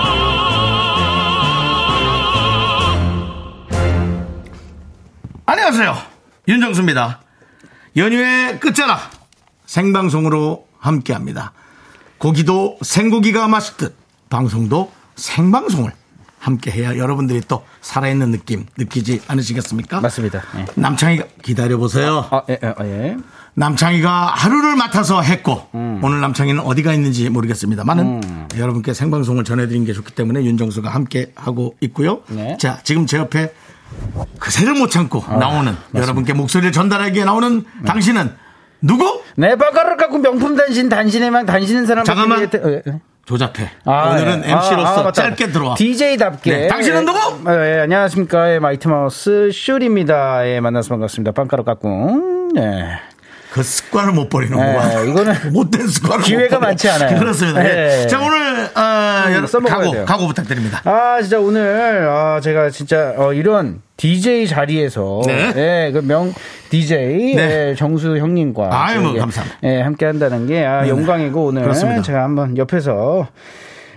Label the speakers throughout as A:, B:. A: 안녕하세요. 윤정수입니다. 연휴의 끝자락 생방송으로 함께합니다. 고기도 생고기가 맛있듯 방송도 생방송을 함께해야 여러분들이 또 살아있는 느낌 느끼지 않으시겠습니까?
B: 맞습니다. 예.
A: 남창희가 기다려보세요.
B: 아, 예, 예, 예.
A: 남창희가 하루를 맡아서 했고
B: 음.
A: 오늘 남창희는 어디가 있는지 모르겠습니다. 많은 여러분께 생방송을 전해드린 게 좋기 때문에 윤정수가 함께 하고 있고요.
B: 네. 아,
A: 자 지금 제 옆에 그새를 못 참고 나오는 여러분께 목소리를 전달하기에 나오는 당신은 누구?
B: 네, 바가를 갖고 명품 단신, 단신의 망, 단신은 사람.
A: 잠깐만.
B: 밖에 위해- 예, 예.
A: 조잡해.
B: 아,
A: 오늘은
B: 예.
A: MC로서
B: 아, 아, 맞다.
A: 짧게 들어와.
B: DJ답게.
A: 네, 당신은
B: 예.
A: 누구?
B: 예, 예, 안녕하십니까. 예, 마이트마우스 슈리입니다. 예, 만나서 반갑습니다. 빵가루 깎꿍. 예.
A: 그 습관을 못 버리는
B: 예,
A: 거야.
B: 이거는
A: 못된 습관을
B: 기회가
A: 못 버려.
B: 많지 않아요.
A: 그렇습니다. 예.
B: 예. 음,
A: 자 오늘 어, 여러분
B: 써먹어야
A: 각오
B: 돼요.
A: 각오 부탁드립니다.
B: 아, 진짜 오늘, 아, 제가 진짜, 어, 이런 DJ 자리에서.
A: 네.
B: 예, 그 명, DJ.
A: 네.
B: 예, 정수 형님과.
A: 아유, 뭐
B: 저에게,
A: 감사합니다.
B: 예, 함께 한다는 게, 아,
A: 네네.
B: 영광이고, 오늘.
A: 그렇습니다.
B: 제가 한번 옆에서.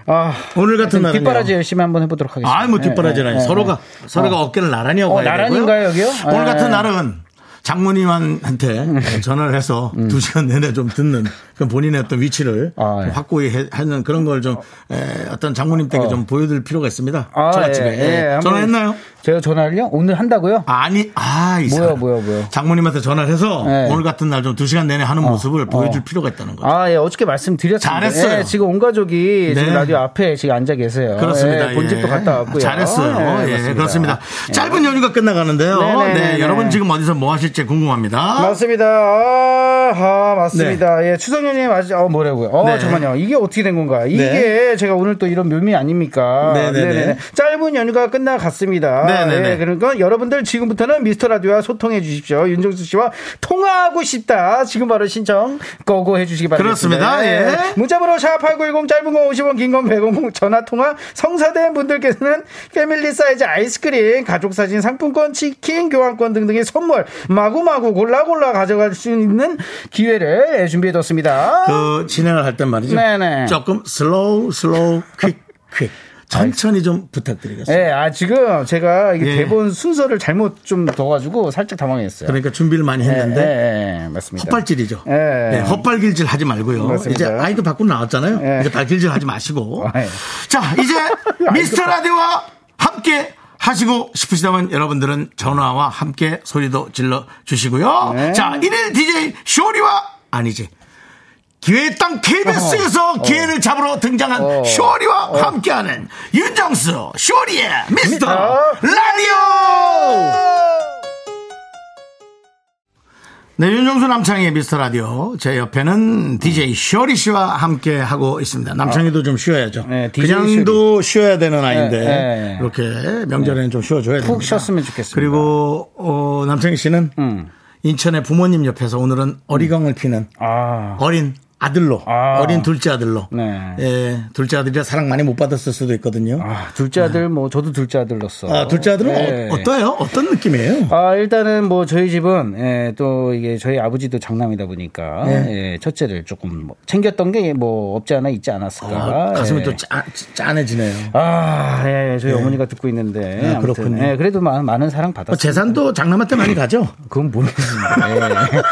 B: 아,
A: 오늘 같은 날은요.
B: 뒷바라지 열심히 한번 해보도록 하겠습니다.
A: 아뭐 뒷바라지는
B: 예,
A: 아니
B: 예, 예.
A: 서로가 서로가 어깨를 나란히 하고
B: 어,
A: 가야
B: 나란인가요,
A: 되고요.
B: 여기요?
A: 오늘
B: 예. 음.
A: 같은 날은 장모님한테 전화를 해서 두 시간 내내 좀 듣는 그 본인의 어떤 위치를
B: 아, 예.
A: 좀 확고히 해- 하는 그런 걸 좀 어떤 장모님 댁에 좀 보여드릴 필요가 있습니다.
B: 아,
A: 전화집에
B: 예, 예, 한번-
A: 전화했나요?
B: 제가 전화를요? 오늘 한다고요?
A: 아니, 아, 이
B: 뭐야,
A: 사람.
B: 뭐야, 뭐야.
A: 장모님한테 전화를 해서
B: 예. 어.
A: 오늘 같은 날 좀 두 시간 내내 하는 모습을 보여줄 필요가 있다는 거죠.
B: 아, 예, 어저께 말씀드렸습니다.
A: 잘했어요.
B: 예, 지금 온 가족이
A: 네.
B: 지금 라디오 앞에 지금 앉아 계세요.
A: 그렇습니다.
B: 예, 본집도
A: 예.
B: 갔다 왔고요. 네,
A: 잘했어요. 예,
B: 맞습니다. 네.
A: 그렇습니다. 짧은 연휴가 끝나가는데요.
B: 네네네네.
A: 네, 여러분 지금 어디서 뭐 하실지 궁금합니다.
B: 맞습니다. 아, 아, 맞습니다. 예, 추석 연휴에 맞, 어, 뭐라고요? 어,
A: 네.
B: 잠깐만요. 이게 어떻게 된 건가? 이게 제가 오늘 또 이런 묘미 아닙니까?
A: 네네네.
B: 짧은 연휴가 끝나갔습니다.
A: 네네네.
B: 예, 그러니까 여러분들 지금부터는 미스터 라디오와 소통해 주십시오. 윤정수 씨와 통화하고 싶다. 지금 바로 신청 거고 해 주시기 바랍니다. 네.
A: 그렇습니다. 예.
B: 문자번호 샵8910 짧은 거 50원, 긴 건 100원, 전화통화 성사된 분들께서는 패밀리 사이즈 아이스크림, 가족사진 상품권, 치킨 교환권 등등의 선물 마구마구 골라골라 가져갈 수 있는 기회를 준비해뒀습니다.
A: 그 진행을 할 땐 말이죠.
B: 네네.
A: 조금 슬로우 슬로우 퀵 퀵. 천천히 좀 부탁드리겠습니다.
B: 예, 아, 지금 제가 이게
A: 예.
B: 대본 순서를 잘못 좀 넣어가지고 살짝 당황했어요.
A: 그러니까 준비를 많이 했는데
B: 예, 예, 예, 맞습니다.
A: 헛발질이죠.
B: 예.
A: 네, 헛발길질 하지 말고요.
B: 맞습니다.
A: 이제 아이도 밖으로 나왔잖아요.
B: 예.
A: 이제 발길질 하지 마시고.
B: 아, 예.
A: 자, 이제 미스터 라디오와 함께 하시고 싶으시다면 여러분들은 전화와 함께 소리도 질러 주시고요.
B: 네.
A: 자, 일일 DJ 쇼리와 아니지. 기회의 땅 KBS에서 기회를 잡으러 등장한
B: 어.
A: 쇼리와 함께하는 윤정수 쇼리의 미스터
B: 어.
A: 라디오! 네, 윤정수 남창희의 미스터 라디오. 제 옆에는
B: 음.
A: DJ 쇼리 씨와 함께 하고 있습니다. 남창희도 좀 쉬어야죠.
B: 네, DJ
A: 그냥도 쉬어야 되는 아이인데,
B: 네, 네, 네.
A: 이렇게 명절에는 좀 쉬어줘야 됩니다.
B: 푹 쉬었으면 좋겠습니다. 음.
A: 그리고, 어, 남창희 씨는 인천의 부모님 옆에서 오늘은 어리광을 피는
B: 아,
A: 어린 아들로,
B: 아.
A: 어린 둘째 아들로.
B: 네.
A: 예, 둘째 아들이라 사랑 많이 못 받았을 수도 있거든요. 아,
B: 아, 둘째 아들, 뭐, 저도 둘째 아들로서.
A: 둘째 아들은
B: 예.
A: 어, 떠요 어떤 느낌이에요?
B: 아, 일단은 뭐 저희 집은 예, 또 이게 저희 아버지도 장남이다 보니까 예, 첫째를 조금 뭐 챙겼던 게 뭐 없지 않아 있지 않았을까.
A: 아, 가슴이
B: 예.
A: 또 짜, 짠해지네요.
B: 아, 예, 저희 어머니가 듣고 있는데. 아무튼,
A: 그렇군요.
B: 예, 그래도 많은, 많은 사랑
A: 어,
B: 받았어요.
A: 재산도 장남한테 많이 가죠?
B: 그건 모르겠습니다. 예.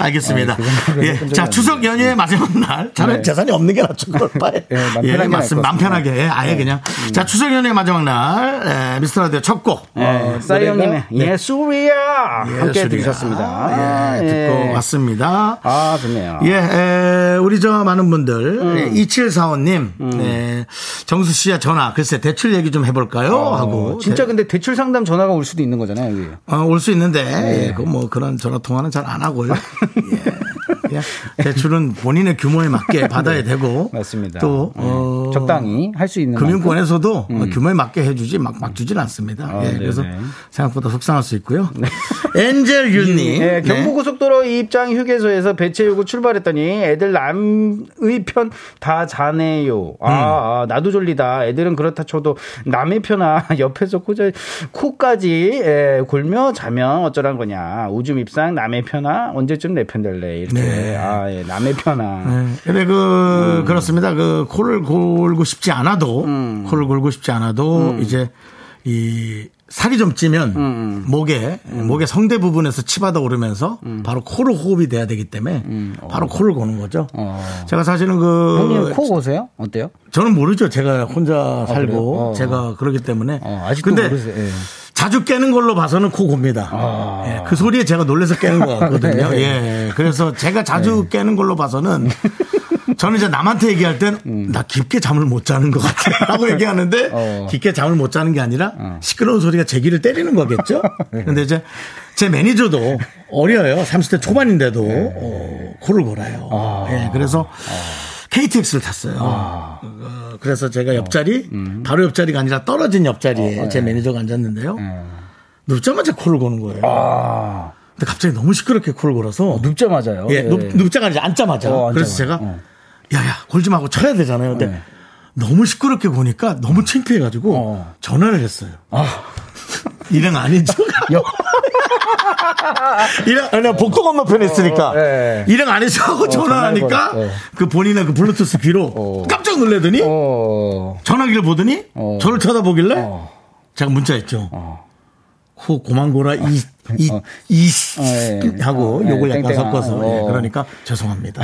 A: 알겠습니다.
B: 그 정도는
A: 예,
B: 좀
A: 자
B: 좀
A: 추석 연휴의 마지막 날, 차라리 재산이 없는 게 낫죠. 그걸 바에.
B: 네. 예, 맘
A: 예,
B: 편하게 날것
A: 맞습니다. 맘
B: 같습니다. 네. 음.
A: 편하게 예, 아예 그냥. 자 추석 연휴의 마지막 날, 예, 미스터 라디오 첫 곡. 어,
B: 예, 싸이 형님의 예술이야! 함께
A: 네. 예술이야.
B: 들으셨습니다.
A: 예,
B: 아,
A: 듣고
B: 예.
A: 왔습니다.
B: 아, 음. 좋네요.
A: 예, 에, 우리 저 많은 분들, 2745님,
B: 음.
A: 네, 정수 씨야 전화, 글쎄, 대출 얘기 좀 해볼까요? 하고.
B: 어,
A: 네. 어,
B: 진짜 근데 대출 상담 전화가 올 수도 있는 거잖아요, 여기.
A: 올 수 있는데,
B: 네.
A: 예, 그뭐 그런 전화 통화는 잘 안 하고요. 예. 그냥 대출은 본인의 규모에 맞게 받아야 되고.
B: 네. 맞습니다.
A: 또,
B: 예.
A: 어,
B: 적당히 음. 할 수 있는 만큼.
A: 금융권에서도 어, 규모에 맞게 해주지 막, 막 주진 않습니다.
B: 아,
A: 예,
B: 네,
A: 그래서 생각보다 속상할 수 있고요. 엔젤 윤님.
B: 예, 경부고속도로 입장 휴게소에서 배체 요구 출발했더니 애들 남의 편 다 자네요.
A: 음.
B: 아, 아, 나도 졸리다. 애들은 그렇다 쳐도 남의 편아 옆에서 코자 코까지 예, 골며 자면 어쩌란 거냐. 우주 입상 남의 편아 언제쯤 내 편 될래 이렇게. 아, 예, 남의 편아.
A: 네. 근데 그 그렇습니다. 그 코를 골고 싶지 않아도 코를 골고 싶지 않아도 이제 이 살이 좀 찌면 목에 목에 성대 부분에서 치받아 오르면서 바로 코로 호흡이 돼야 되기 때문에 바로 코를 고는 거죠. 제가 사실은
B: 형님
A: 그
B: 코 고세요? 어때요?
A: 저는 모르죠. 제가 혼자 살고
B: 어.
A: 제가 그러기 때문에.
B: 어, 아직도
A: 근데
B: 모르세요. 예. 아.
A: 자주 깨는 걸로 봐서는 코 곱니다. 예, 그 소리에 제가 놀라서 깨는 것 같거든요.
B: 네.
A: 예. 그래서 제가 자주 깨는 걸로 봐서는 저는 이제 남한테 얘기할 땐 나 깊게 잠을 못 자는 것 같아. 라고 얘기하는데
B: 음. 어.
A: 깊게 잠을 못 자는 게 아니라 시끄러운 소리가 제 귀를 때리는 거겠죠.
B: 네.
A: 근데 이제 제 매니저도 어려요. 30대 초반인데도
B: 네.
A: 어, 코를 골아요. 예, 그래서
B: 아.
A: KTX를 탔어요. 어, 그래서 제가 옆자리 바로 옆자리가 아니라 떨어진 옆자리에 제 매니저가 앉았는데요. 눕자마자 코를 고는 거예요. 근데 갑자기 너무 시끄럽게 코를 골아서
B: 아. 눕자마자요.
A: 예, 눕, 눕자가 아니라 앉자마자.
B: 어, 앉자마자.
A: 그래서 제가
B: 어.
A: 야야 골지 말고 쳐야 되잖아요. 근데
B: 네.
A: 너무 시끄럽게 보니까 너무 창피해가지고
B: 어.
A: 전화를 했어요. 일행 아니죠? 일행 아니 복동 엄마 편에 있으니까
B: 예.
A: 일행 어, 아니죠 하고 전화하니까
B: 전화해버려. 예.
A: 그 본인의 그 블루투스 귀로 깜짝 놀라더니
B: 어.
A: 전화기를 보더니
B: 어.
A: 저를 쳐다보길래
B: 어.
A: 제가 문자했죠. 코 고만고라 이 이 이
B: 어. 예, 예.
A: 하고
B: 어,
A: 욕을
B: 예,
A: 약간
B: 땡땡아.
A: 섞어서 예,
B: 어.
A: 그러니까 죄송합니다.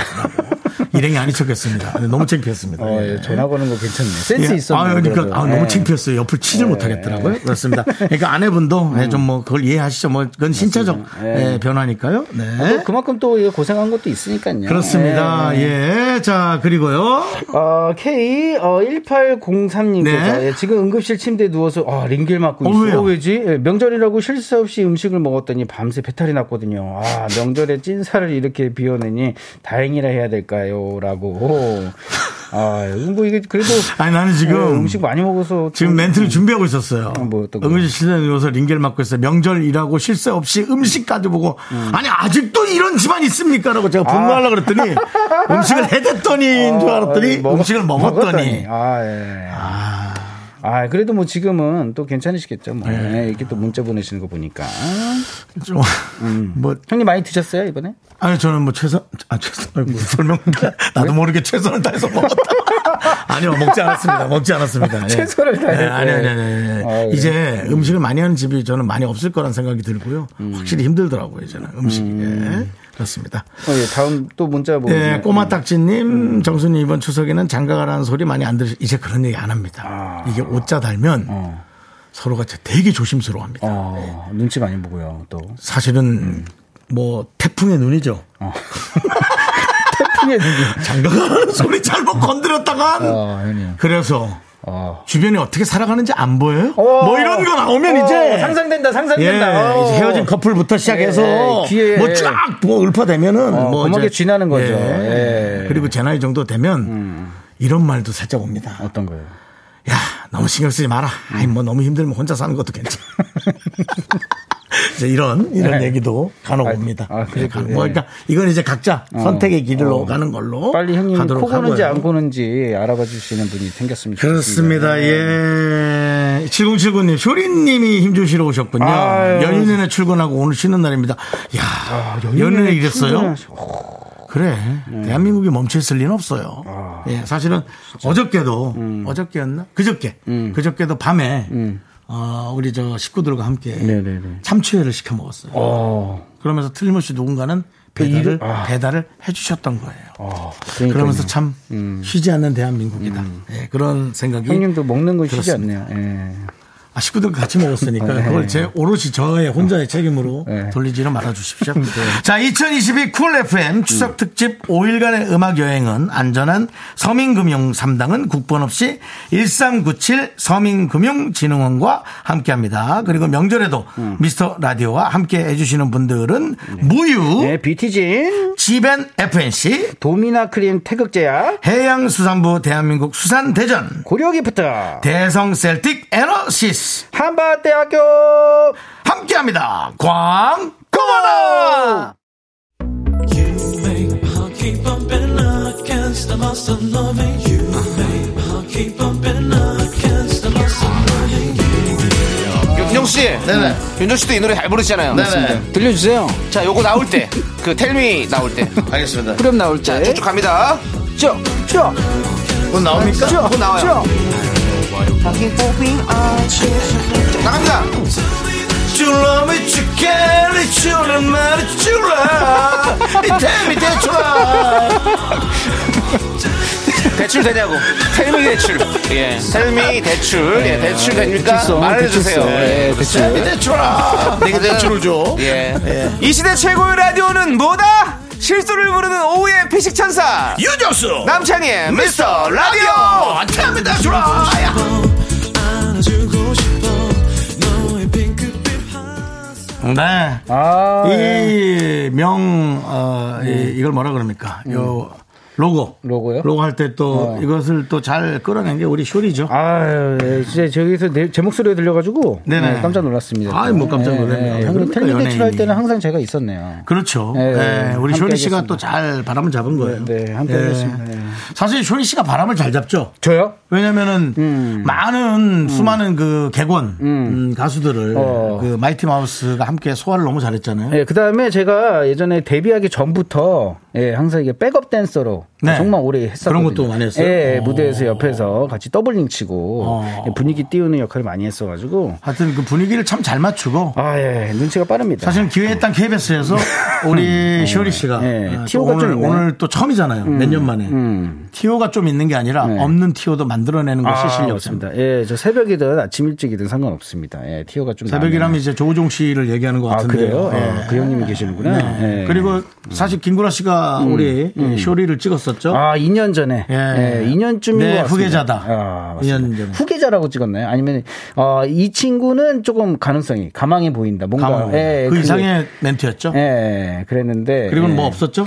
A: 일행이 아닌 척했습니다. 근데 너무 창피했습니다.
B: 어,
A: 예.
B: 예, 전화 거는 거 괜찮네. 센스
A: 예.
B: 있었네.
A: 아, 그러니까
B: 그래도.
A: 아,
B: 예. 음.
A: 너무 창피했어요. 옆을 치질 못하겠더라고요. 그렇습니다. 그러니까 아내분도 좀 뭐 그걸 이해하시죠. 뭐 그건 신체적 예, 변화니까요. 네.
B: 아, 또 그만큼 또 이게 고생한 것도 있으니까요.
A: 그렇습니다.
B: 예.
A: 예. 자, 그리고요.
B: 어, K 어, 1803님
A: 네.
B: 거죠. 예, 지금 응급실 침대에 누워서 아, 링겔 맞고
A: 어,
B: 있어.
A: 왜요?
B: 어, 왜지? 예, 명절이라고 실수 없이 음식을 먹었더니 밤새 배탈이 났거든요. 아, 명절에 찐살을 이렇게 비워내니 다행이라 해야 될까요?라고. 아, 뭐 이게 그래도
A: 아니, 나는 지금
B: 어, 음식 많이 먹어서
A: 지금 멘트를 준비하고 있었어요.
B: 뭐 어떤 거요?
A: 응급실에 누워서 링겔 맞고 있어요. 명절이라고 실세 없이 음식까지 보고 아니 아직도 이런 집안 있습니까라고 제가 분노하려고 그랬더니 음식을 해댔더니인 줄 알았더니
B: 아. 어, 먹-
A: 음식을 먹었더니
B: 아, 예. 아. 그래도 뭐 지금은 또 괜찮으시겠죠. 뭐.
A: 네.
B: 예, 이렇게 또 문자 보내시는 거 보니까. 음.
A: 좀뭐
B: 형님 많이 드셨어요, 이번에?
A: 아니 저는 뭐 최선 아 최선 아이고, 설명 나도 모르게 최선을 다해서 먹었다. 아니요 먹지 않았습니다. 먹지 않았습니다. 예.
B: 최선을 다해서.
A: 예, 아니 아니 아니. 아니.
B: 아, 예.
A: 이제 음식을 많이 하는 집이 저는 많이 없을 거란 생각이 들고요.
B: 음.
A: 확실히 힘들더라고요 저는 음식이. 예. 그렇습니다.
B: 어, 예, 다음 또 문자 보면.
A: 예, 꼬마딱지님, 정수님 이번 추석에는 장가가라는 소리 많이 안 들으시, 이제 그런 얘기 안 합니다.
B: 아.
A: 이게 옷자 달면 서로가 진짜 되게 조심스러워 합니다.
B: 어, 눈치 많이 보고요, 또.
A: 사실은
B: 음.
A: 뭐 태풍의 눈이죠.
B: 태풍의 눈이.
A: 장가가라는 소리 잘못 건드렸다간
B: 어, 형님.
A: 그래서
B: 어.
A: 주변이 어떻게 살아가는지 안 보여요? 뭐 이런 거 나오면
B: 어,
A: 이제
B: 상상된다,
A: 예,
B: 상상된다. 어.
A: 이제 헤어진 커플부터 시작해서
B: 예, 귀에, 예.
A: 뭐쫙 뭐 읊어대면은
B: 어,
A: 뭐
B: 고막에
A: 이제-
B: 쥐나는 거죠. 예. 음.
A: 그리고 제 나이 정도 되면 이런 말도 살짝 옵니다.
B: 어떤 음. 거예요?
A: 야, 너무 신경 쓰지 마라. 아이, 뭐 너무 힘들면 혼자 사는 것도 괜찮아. 이제 이런, 이런 얘기도 간혹 옵니다.
B: 예. 아, 그래요? 어.
A: 예, 간혹. 뭐, 그러니까 이건 이제 각자 선택의 길로 가는 걸로.
B: 빨리 형님
A: 가도록
B: 코 고는지
A: 하고요.
B: 안 고는지 알아봐 주시는 분이 생겼으면 좋겠습니다. 네.
A: 그렇습니다. 예. 7079님, 쇼리님이 힘주시러 오셨군요.
B: 아유. 예.
A: 연휴내내 출근하고 오늘 쉬는 날입니다. 야
B: 아,
A: 연휴내 이랬어요?
B: 충분하시-
A: 그래.
B: 네.
A: 대한민국이 멈춰있을 리는 없어요.
B: 아.
A: 예, 사실은 어저께도,
B: 음.
A: 어저께였나? 그저께. 그저께도 밤에, 어, 우리 저 식구들과 함께
B: 네네네.
A: 참치회를 시켜 먹었어요.
B: 어,
A: 그러면서 틀림없이 누군가는 배달을,
B: 아.
A: 배달을 해주셨던 거예요.
B: 어.
A: 그러면서 참 쉬지 않는 대한민국이다. 예, 그런 생각이
B: 음. 형님도 먹는 거 쉬지
A: 들었습니다.
B: 않네요. 예.
A: 아, 식구들 같이 먹었으니까
B: 네.
A: 그걸 제 오롯이 저의 혼자의 책임으로 돌리지는
B: 네.
A: 말아주십시오. 자, 2022 쿨 FM 추석 특집 5일간의 음악 여행은 안전한 서민금융 3당은 국번 없이 1397 서민금융진흥원과 함께합니다. 그리고 명절에도 미스터 라디오와 함께 해주시는 분들은
C: 어?
A: 무유,
B: 음. 네, 뷰티진,
A: 지벤 FNC,
B: 도미나 크림 태극제약,
A: 해양수산부 대한민국 수산대전,
B: 고려기프트,
A: 대성셀틱 에너시스
B: 한밭대학교.
A: 함께합니다. 광고하라.
C: 윤정 씨, 네네. 윤정 씨도 이 노래 잘 부르시잖아요.
D: 네네.
C: 들려주세요. 자, 요거 나올 때, 그 텔미 나올 때,
D: 알겠습니다.
C: 그럼 나올 때, 쭉쭉 갑니다. 쭉, 쭉,
D: 곧 나옵니까?
C: 쭉, 곧 나와요. 나갑니다.
D: You love me, you care,
A: 네
D: you love me, you love. 이 템이 대출아.
C: 대출 되냐고. 텔미 대출. 예.
D: 텔미 대출.
C: 예, 대출 됩니까?
D: 대출성,
C: 말해주세요.
D: 대출성.
B: 네.
C: 예,
D: 텔미
C: 대출.
D: 대출아. 내게 대출을 줘.
C: 네, 예. 이 시대 최고의 라디오는 뭐다? 실수를 부르는 오후의 피식천사.
D: 유정수.
C: 남창희의 미스터 라디오!
D: 라디오. 텔미 대출아. 야.
A: 네.
B: 아,
C: 아,
A: 이 명, 어, 이, 걸 뭐라 그럽니까? 요 로고.
B: 로고요?
A: 로고 할 때 또 이것을 또 잘 끌어낸 게 우리 쇼리죠.
B: 아유, 예, 진짜 저기서 내, 제 목소리가 들려가지고
A: 네네.
B: 네, 깜짝 놀랐습니다.
A: 아이, 뭐 깜짝 놀랐네요.
B: 예, 형님
A: 그러니까
B: 텔미 대출할
A: 연예인이.
B: 때는 항상 제가 있었네요.
A: 그렇죠.
B: 예,
A: 예,
B: 예.
A: 우리
B: 함께
A: 쇼리 씨가
B: 하겠습니다.
A: 또 잘 바람을 잡은 거예요.
B: 네, 함께 하겠습니다. 예.
A: 사실 쇼리 씨가 바람을 잘 잡죠.
B: 저요?
A: 왜냐면은
B: 음.
A: 많은 수많은 그 객원 음, 가수들을
B: 어.
A: 그 마이티 마우스가 함께 소화를 너무 잘했잖아요.
B: 예, 그 다음에 제가 예전에 데뷔하기 전부터, 예, 항상 이게 백업 댄서로
A: 네.
B: 정말 오래 했었거든요.
A: 그런 것도 많이 했어요?
B: 예,
A: 어.
B: 무대에서 옆에서 같이 더블링 치고,
A: 어.
B: 예, 분위기 띄우는 역할을 많이 했어가지고,
A: 하여튼 그 분위기를 참 잘 맞추고
B: 아, 예, 눈치가 빠릅니다.
A: 사실은 기회의 땅 KBS에서
B: 음.
A: 우리 시오리 씨가
B: 네.
A: 어, 또
B: 티오가 좀
A: 오늘,
B: 있네.
A: 오늘 또 처음이잖아요. 몇 년 만에. 티오가 좀 있는 게 아니라
B: 네.
A: 없는 티오도 만들어내는 것이
B: 아,
A: 실력입니다.
B: 맞습니다. 예, 저 새벽이든 아침 일찍이든 상관없습니다. 예, 티어가 좀.
A: 새벽이라면
B: 나네요.
A: 이제 조우종 씨를 얘기하는 것 예.
B: 아,
A: 같은데. 어. 네.
B: 그래요? 아, 그 형님이 계시는구나. 예. 음,
A: 그리고 사실 김구라 씨가 우리 예, 쇼리를 찍었었죠.
B: 아, 2년 전에.
A: 어? 예.
B: 예. 2년쯤인
A: 네,
B: 것 같습니다.
A: 후계자다.
B: 아, 맞습니다.
A: 2년 전에.
B: 후계자라고 찍었나요? 아니면 어, 이 친구는 조금 가능성이 가망해 보인다. 뭔가
A: 가만
B: 예,
A: 그
B: 그게-
A: 이상의 멘트였죠.
B: 예, 그랬는데
A: 그리고는
B: 예.
A: 뭐 없었죠?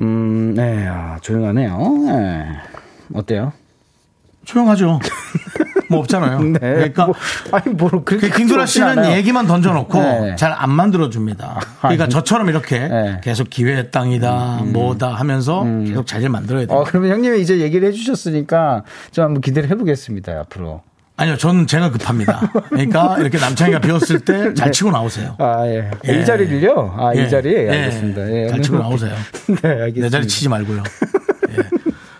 B: 음, 네, 아, 조용하네요. 예. 어때요?
A: 조용하죠. 뭐 없잖아요. 그러니까
B: 뭐, 아니 뭐 그렇게
A: 그 김구라
B: 그렇진
A: 씨는
B: 않아요.
A: 얘기만 던져놓고
B: 네. 아,
A: 잘 안 만들어줍니다. 그러니까 저처럼 이렇게
B: 네. 음,
A: 계속 기회의 땅이다, 뭐다 하면서 계속 자질 만들어야 돼요.
B: 어, 그러면 형님이 이제 얘기를 해주셨으니까 좀 한번 기대를 해보겠습니다 앞으로.
A: 아니요, 저는 제가 급합니다. 그러니까 이렇게 남창이가 배웠을 때 잘 치고 나오세요.
B: 아 예.
A: 예.
B: 이 자리를요? 아,
A: 예.
B: 이 자리?
A: 예.
B: 알겠습니다. 예.
A: 잘 치고 나오세요.
B: 네, 알겠습니다.
A: 내 자리 치지 말고요. 예.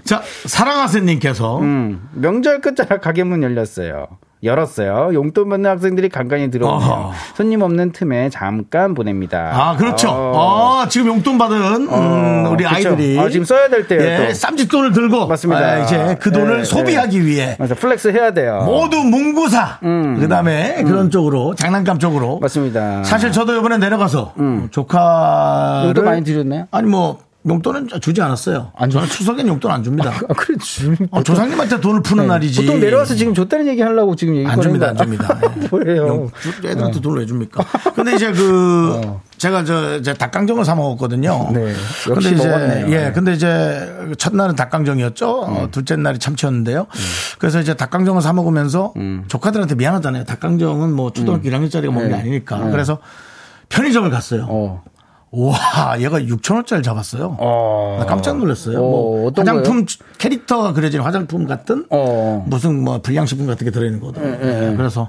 A: 자, 사랑하세님께서
B: 음, 명절 끝자락 가게 문 열렸어요. 열었어요. 용돈 받는 학생들이 간간히 들어오네요.
A: 어허.
B: 손님 없는 틈에 잠깐 보냅니다.
A: 아, 그렇죠.
B: 어.
A: 아, 지금 용돈 받은 음, 우리
B: 그쵸.
A: 아이들이
B: 아, 지금 써야 될 때예요,
A: 예,
B: 또.
A: 쌈짓돈을 들고
B: 맞습니다.
A: 아, 이제 그 돈을
B: 예, 어.
A: 소비하기 위해
B: 맞아. 플렉스 해야 돼요.
A: 모두 문구사 그다음에 그런 쪽으로 장난감 쪽으로
B: 맞습니다. 음.
A: 사실 저도 이번에 내려가서 어, 조카를
B: 용돈 많이 드렸나요?
A: 아니 뭐 용돈은 주지 않았어요. 저는 추석엔 용돈 안 줍니다.
B: 아, 그래 주
A: 어, 조상님한테 돈을 푸는 날이지.
B: 보통 내려와서 지금 줬다는 얘기 하려고 지금 얘기
A: 안 줍니다, 안
B: 꺼낸 거
A: 줍니다.
B: 아니야? 뭐예요? 어.
A: 용- 주- 애들한테 돈을 왜 줍니까? 근데 이제 그, 제가 저, 이제 닭강정을 사 먹었거든요.
B: 네, 역시
A: 근데 이제,
B: 먹었네요. 네.
A: 예, 근데 이제 첫날은 닭강정이었죠. 어, 둘째 날이 참치였는데요. 그래서 이제 닭강정을 사 먹으면서
B: 음.
A: 조카들한테 미안하잖아요. 닭강정은 뭐 초등학교 1학년짜리가 먹는 게 아니니까. 그래서 편의점을 갔어요.
B: 네. 어.
A: 와, 얘가 6천원짜리 잡았어요.
B: 어.
A: 나 깜짝 놀랐어요.
B: 어,
A: 뭐
B: 어떤
A: 화장품 캐릭터가 그려진 화장품 같은
B: 어. 예,
A: 무슨 뭐 불량식품 같은 게 들어있는 거든. 요 그래서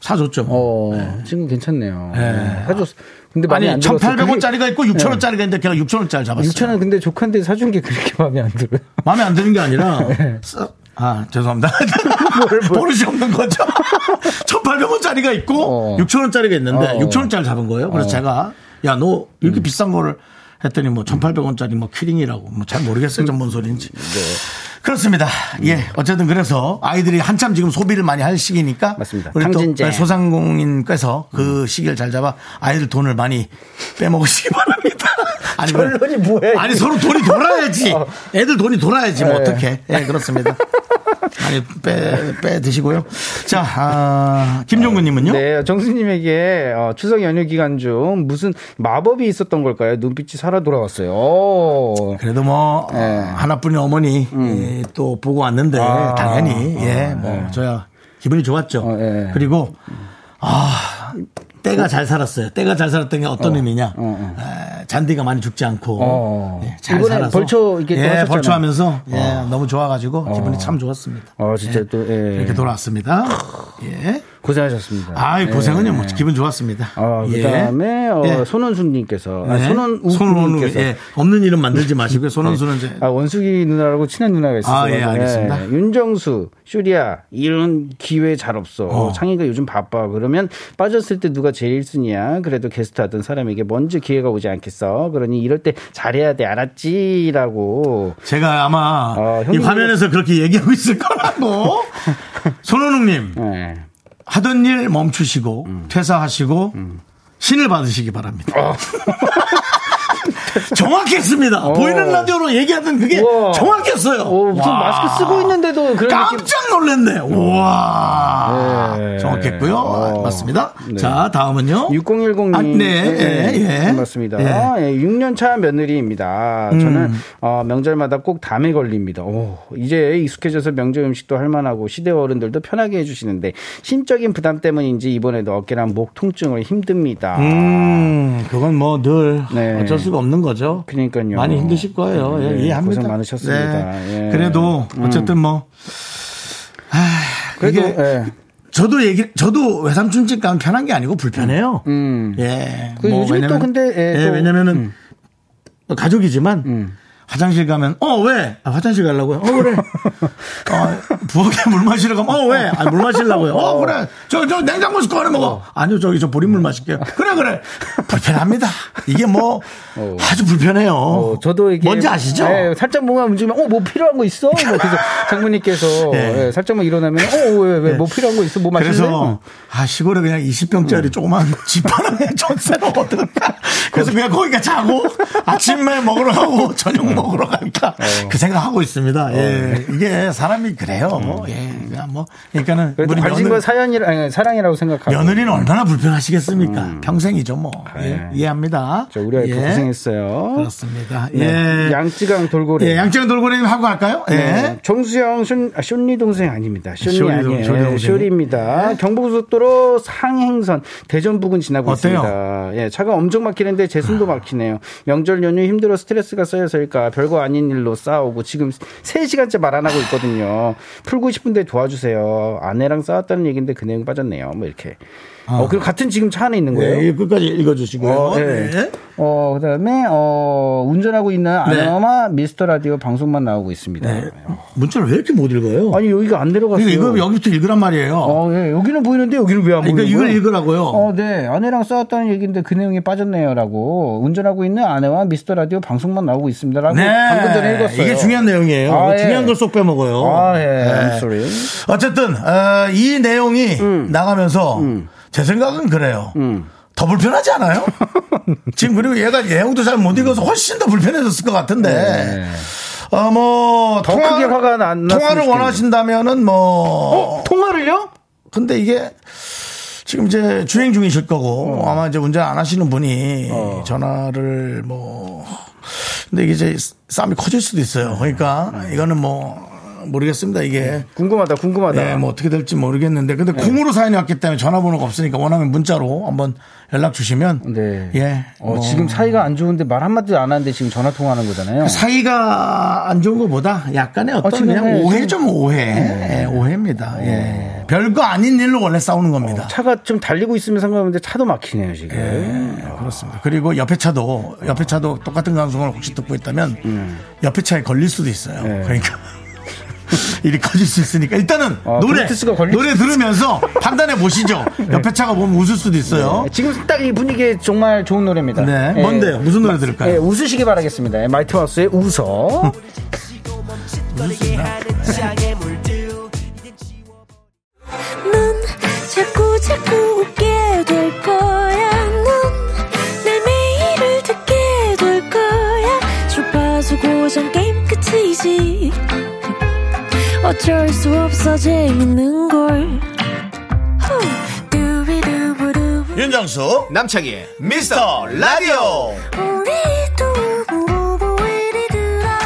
A: 사줬죠. 뭐.
B: 어, 친구 괜찮네요.
A: 예.
B: 사줬. 근데 많이
A: 아니
B: 안 예. 들었어.
A: 1,800원짜리가 있고 6,000원짜리가 있는데 걔가 6,000원짜리 잡았어요.
B: 6천 원 근데 조카한테 사준 게 그렇게 마음에 안 들어요.
A: 마음에 안 드는 게 아니라
B: 네.
A: 써- 아 죄송합니다. 버릇이 없는 거죠. 1,800원짜리가 있고
B: 어.
A: 6,000원짜리가 있는데
B: 어. 음.
A: 6,000원짜리 잡은 거예요. 그래서 제가 야 너 이렇게 비싼 거를 했더니 뭐 1,800원짜리 뭐 키링이라고 뭐 잘
B: 음.
A: 모르겠어요. 전 뭔 소리인지.
B: 네.
A: 그렇습니다. 예. 어쨌든 그래서 아이들이 한참 지금 소비를 많이 할 시기니까
B: 맞습니다.
A: 우리
B: 탕진제.
A: 또 소상공인께서 그 시기를 잘 잡아 아이들 돈을 많이 빼먹으시기 바랍니다. 아니, 뭐-
E: 결론이 뭐야,
A: 아니 서로 돈이 돌아야지.
B: 어.
A: 애들 돈이 돌아야지 뭐 어떻게? 예, 그렇습니다. 아니 빼, 빼 드시고요. 자, 아, 김종근님은요?
E: 네, 정수님에게 어, 추석 연휴 기간 중 무슨 마법이 있었던 걸까요? 눈빛이 살아 돌아왔어요. 오.
A: 그래도 뭐
B: 예.
A: 어, 하나뿐인 어머니
B: 음.
A: 예, 또 보고 왔는데
B: 아.
A: 당연히 예 뭐 저야 기분이 좋았죠.
B: 예.
A: 그리고 아 때가 잘 살았어요. 때가 잘 살았던 게 어떤 의미냐? 에, 잔디가 많이 죽지 않고
B: 어.
A: 예, 잘
B: 이번에
A: 살아서
B: 벌초 이렇게 또
A: 예,
B: 하셨잖아요.
A: 벌초하면서 예, 너무 좋아가지고 기분이 참 좋았습니다.
B: 어, 진짜 또, 예.
A: 네. 이렇게 돌아왔습니다. 예.
B: 고생하셨습니다.
A: 아 고생은요. 뭐 기분 좋았습니다.
B: 예. 어,
A: 예.
B: 그다음에 어,
A: 예.
B: 손원수님께서 아,
A: 네. 손원우,
B: 손원우님께서
A: 예. 없는 이름 만들지 마시고요. 손원수는 이제
B: 아, 원숙이 누나라고 친한 누나가 있어요.
A: 아, 예,
B: 네.
A: 알겠습니다.
B: 윤정수, 슈리야, 이런 기회 잘 없어.
A: 어.
B: 창의가 요즘 바빠. 그러면 빠졌을 때 누가 제일 1순위야? 그래도 게스트 하던 사람에게 먼저 기회가 오지 않겠어. 그러니 이럴 때 잘해야 돼. 알았지? 라고.
A: 제가 아마
B: 어,
A: 이
B: 형님
A: 화면에서 그렇게 얘기하고 있을 거라고. 손호웅님
B: 예.
A: 하던 일 멈추시고
B: 음.
A: 퇴사하시고 신을 받으시기 바랍니다.
B: 어.
A: 정확했습니다. 보이는 라디오로 얘기하던 그게
B: 우와.
A: 정확했어요.
B: 어, 무슨
A: 와.
B: 마스크 쓰고 있는데도 그런 느낌.
A: 깜짝 놀랐네. 우와.
B: 네.
A: 정확했고요.
B: 어.
A: 맞습니다. 자, 다음은요.
B: 6010님.
A: 아, 네. 예, 예.
B: 맞습니다.
A: 예. 음.
B: 예, 6년차 며느리입니다. 저는 어, 명절마다 꼭 담에 걸립니다. 오, 이제 익숙해져서 명절 음식도 할만하고 시대 어른들도 편하게 해주시는데 심적인 부담 때문인지 이번에도 어깨랑 목 통증을 힘듭니다.
A: 음, 그건 뭐 늘
B: 네.
A: 어쩔 수가 없는 거죠.
B: 그러니까요.
A: 많이 힘드실 거예요. 예,
B: 네,
A: 이해합니다.
B: 고생 많으셨습니다.
A: 네.
B: 예.
A: 그래도 어쨌든 뭐 아,
B: 그래도
A: 이게-
B: 예.
A: 저도 얘기 저도 외삼촌 집 가면 편한 게 아니고 불편해요. 예.
B: 그 요즘에 또 근데, 예,
A: 예,
B: 또- 음.
A: 왜냐면은 뭐 가족이지만 화장실 가면 어 왜? 아, 화장실 가려고요. 어 그래. 어, 부엌에 물 마시러 가면 어 왜? 아, 물 마시려고요. 어 그래. 저 저 냉장고에서 꺼내 먹어. 아니요 저기 저
B: 음.
A: 보리물 마실게요. 그래 그래. 불편합니다. 이게 뭐 아주 불편해요.
B: 어, 저도 이게
A: 뭔지 아시죠?
B: 예, 살짝 뭔가 움직이면 어 뭐 필요한 거 있어? 뭐 그래서 장모님께서
A: 예.
B: 예, 살짝만 일어나면 어왜왜뭐 필요한 음. 거 있어? 뭐 마실래?
A: 그래서 아 시골에 그냥 20평짜리 조그만 집 하나에 전세로 얻을까 그래서 그냥 거기가 자고 아침에 먹으러
B: 음.
A: 가고 저녁 먹으러 갈까
B: 어.
A: 그 생각하고 있습니다
B: 네.
A: 예 이게 사람이 그래요 예 그냥 뭐 그러니까는
B: 음. 그래도
A: 우리
B: 관심과
A: 며느-
B: 사연이라 아니, 사랑이라고 생각하고
A: 며느리는 얼마나 불편하시겠습니까 평생이죠 뭐 예, 이해합니다
B: 음. 아, 저 우리 아이도
A: 예.
B: 고생했어요.
A: 그렇습니다
B: 네.
A: 예
B: 양쯔강 돌고래.
A: 예, 양쪽 돌고래님 하고 갈까요 예
B: 네. 정수영 숀, 아, 숀리 동생 아닙니다. 숀리
A: 숀리 동-
B: 아니에요.
A: 숀리 예. 동생.
B: 숀리입니다. 경부고속도로 상행선 대전 부근 지나고
A: 어때요? 아.
B: 있습니다. 예, 차가 엄청 막히는데 제 숨도 막히네요. 명절 연휴 힘들어 스트레스가 쌓여서일까 별거 아닌 일로 싸우고 지금 3시간째 말 안 하고 있거든요. 풀고 싶은데 도와주세요. 아내랑 싸웠다는 얘기인데 그 내용 빠졌네요. 뭐 이렇게.
A: 아.
B: 어, 그리고 같은 지금 차 안에 있는 거예요?
A: 네, 이거 끝까지 읽어주시고요
B: 어, 네.
A: 예.
B: 어, 그다음에 어, 운전하고 있는 아나마 미스터 라디오 방송만 나오고 있습니다.
A: 네. 문자를 왜 이렇게 못 읽어요
B: 아니 여기가 안 내려갔어요.
A: 그러니까 이거 여기부터 읽으란 말이에요.
B: 어, 예. 여기는 보이는데 여기는 왜 안
A: 그러니까
B: 보이는
A: 이걸
B: 거예요?
A: 읽으라고요.
B: 어, 네. 아내랑 싸웠다는 얘기인데 그 내용이 빠졌네요라고 운전하고 있는 아내와 미스터 라디오 방송만 나오고 있습니다라고 방금 전에 읽었어요.
A: 네. 이게 중요한 내용이에요.
B: 아,
A: 중요한
B: 예.
A: 걸 쏙 빼먹어요.
B: 아, 예. I'm
A: 예.
B: sorry.
A: 어쨌든 어, 이 내용이
B: 음.
A: 나가면서 제 생각은 그래요. 더 불편하지 않아요? 지금 그리고 얘가 내용도 잘 못 읽어서 훨씬 더 불편해졌을 것 같은데. 어뭐
B: 네. 더 크게 화가 안 났으면
A: 통화를
B: 좋겠네요.
A: 원하신다면은 뭐
B: 어? 통화를요?
A: 근데 이게 지금 이제 주행 중이실 거고
B: 어.
A: 아마 이제 운전 안 하시는 분이 전화를 뭐 근데 이게 이제 싸움이 커질 수도 있어요. 그러니까
B: 음.
A: 이거는 뭐 모르겠습니다. 이게
B: 궁금하다. 궁금하다.
A: 예, 뭐 어떻게 될지 모르겠는데 근데
B: 네.
A: 공으로 사연이 왔기 때문에 전화번호가 없으니까 원하면 문자로 한번 연락 주시면
B: 네.
A: 예.
B: 어,
A: 뭐
B: 지금 사이가 안 좋은데 말 한마디도 안 하는데 지금 전화 통화하는
A: 그
B: 거잖아요.
A: 사이가 안 좋은 것보다 약간의 어떤
B: 지금
A: 그냥
B: 네, 어.
A: 오해 좀 오해 예, 오해입니다. 예. 별거 아닌 일로 원래 싸우는 겁니다.
B: 차가 좀 달리고 있으면 상관없는데 차도 막히네요, 지금.
A: 그렇습니다. 그리고 옆에 차도 옆에
B: 네.
A: 차도 똑같은 방송을 혹시 듣고 있다면 옆에 차에 걸릴 수도 있어요. 그러니까 일이 커질 수 있으니까 일단은 노래
B: 블루투스가 아, 걸릴 네.
A: 노래 들으면서 판단해 보시죠. 옆에 차가 보면 웃을 수도 있어요.
B: 지금 딱 이 분위기에 정말 좋은 노래입니다.
A: 네,
B: 예.
A: 뭔데요? 무슨 노래 들을까요?
B: 예, 웃으시기 바라겠습니다. 예, 마이트하우스의 웃어.
F: 넌 자꾸 자꾸 웃게 될 거야. 넌내 매일을 듣게 될 거야. 주파수 고정 게임 끝이지. 어쩔 수 없어 재밌는 걸. 후. 두비두부두.
B: 네.
G: 윤정수 남창희의 미스터 라디오
F: 우리 두부부부 우리 두라.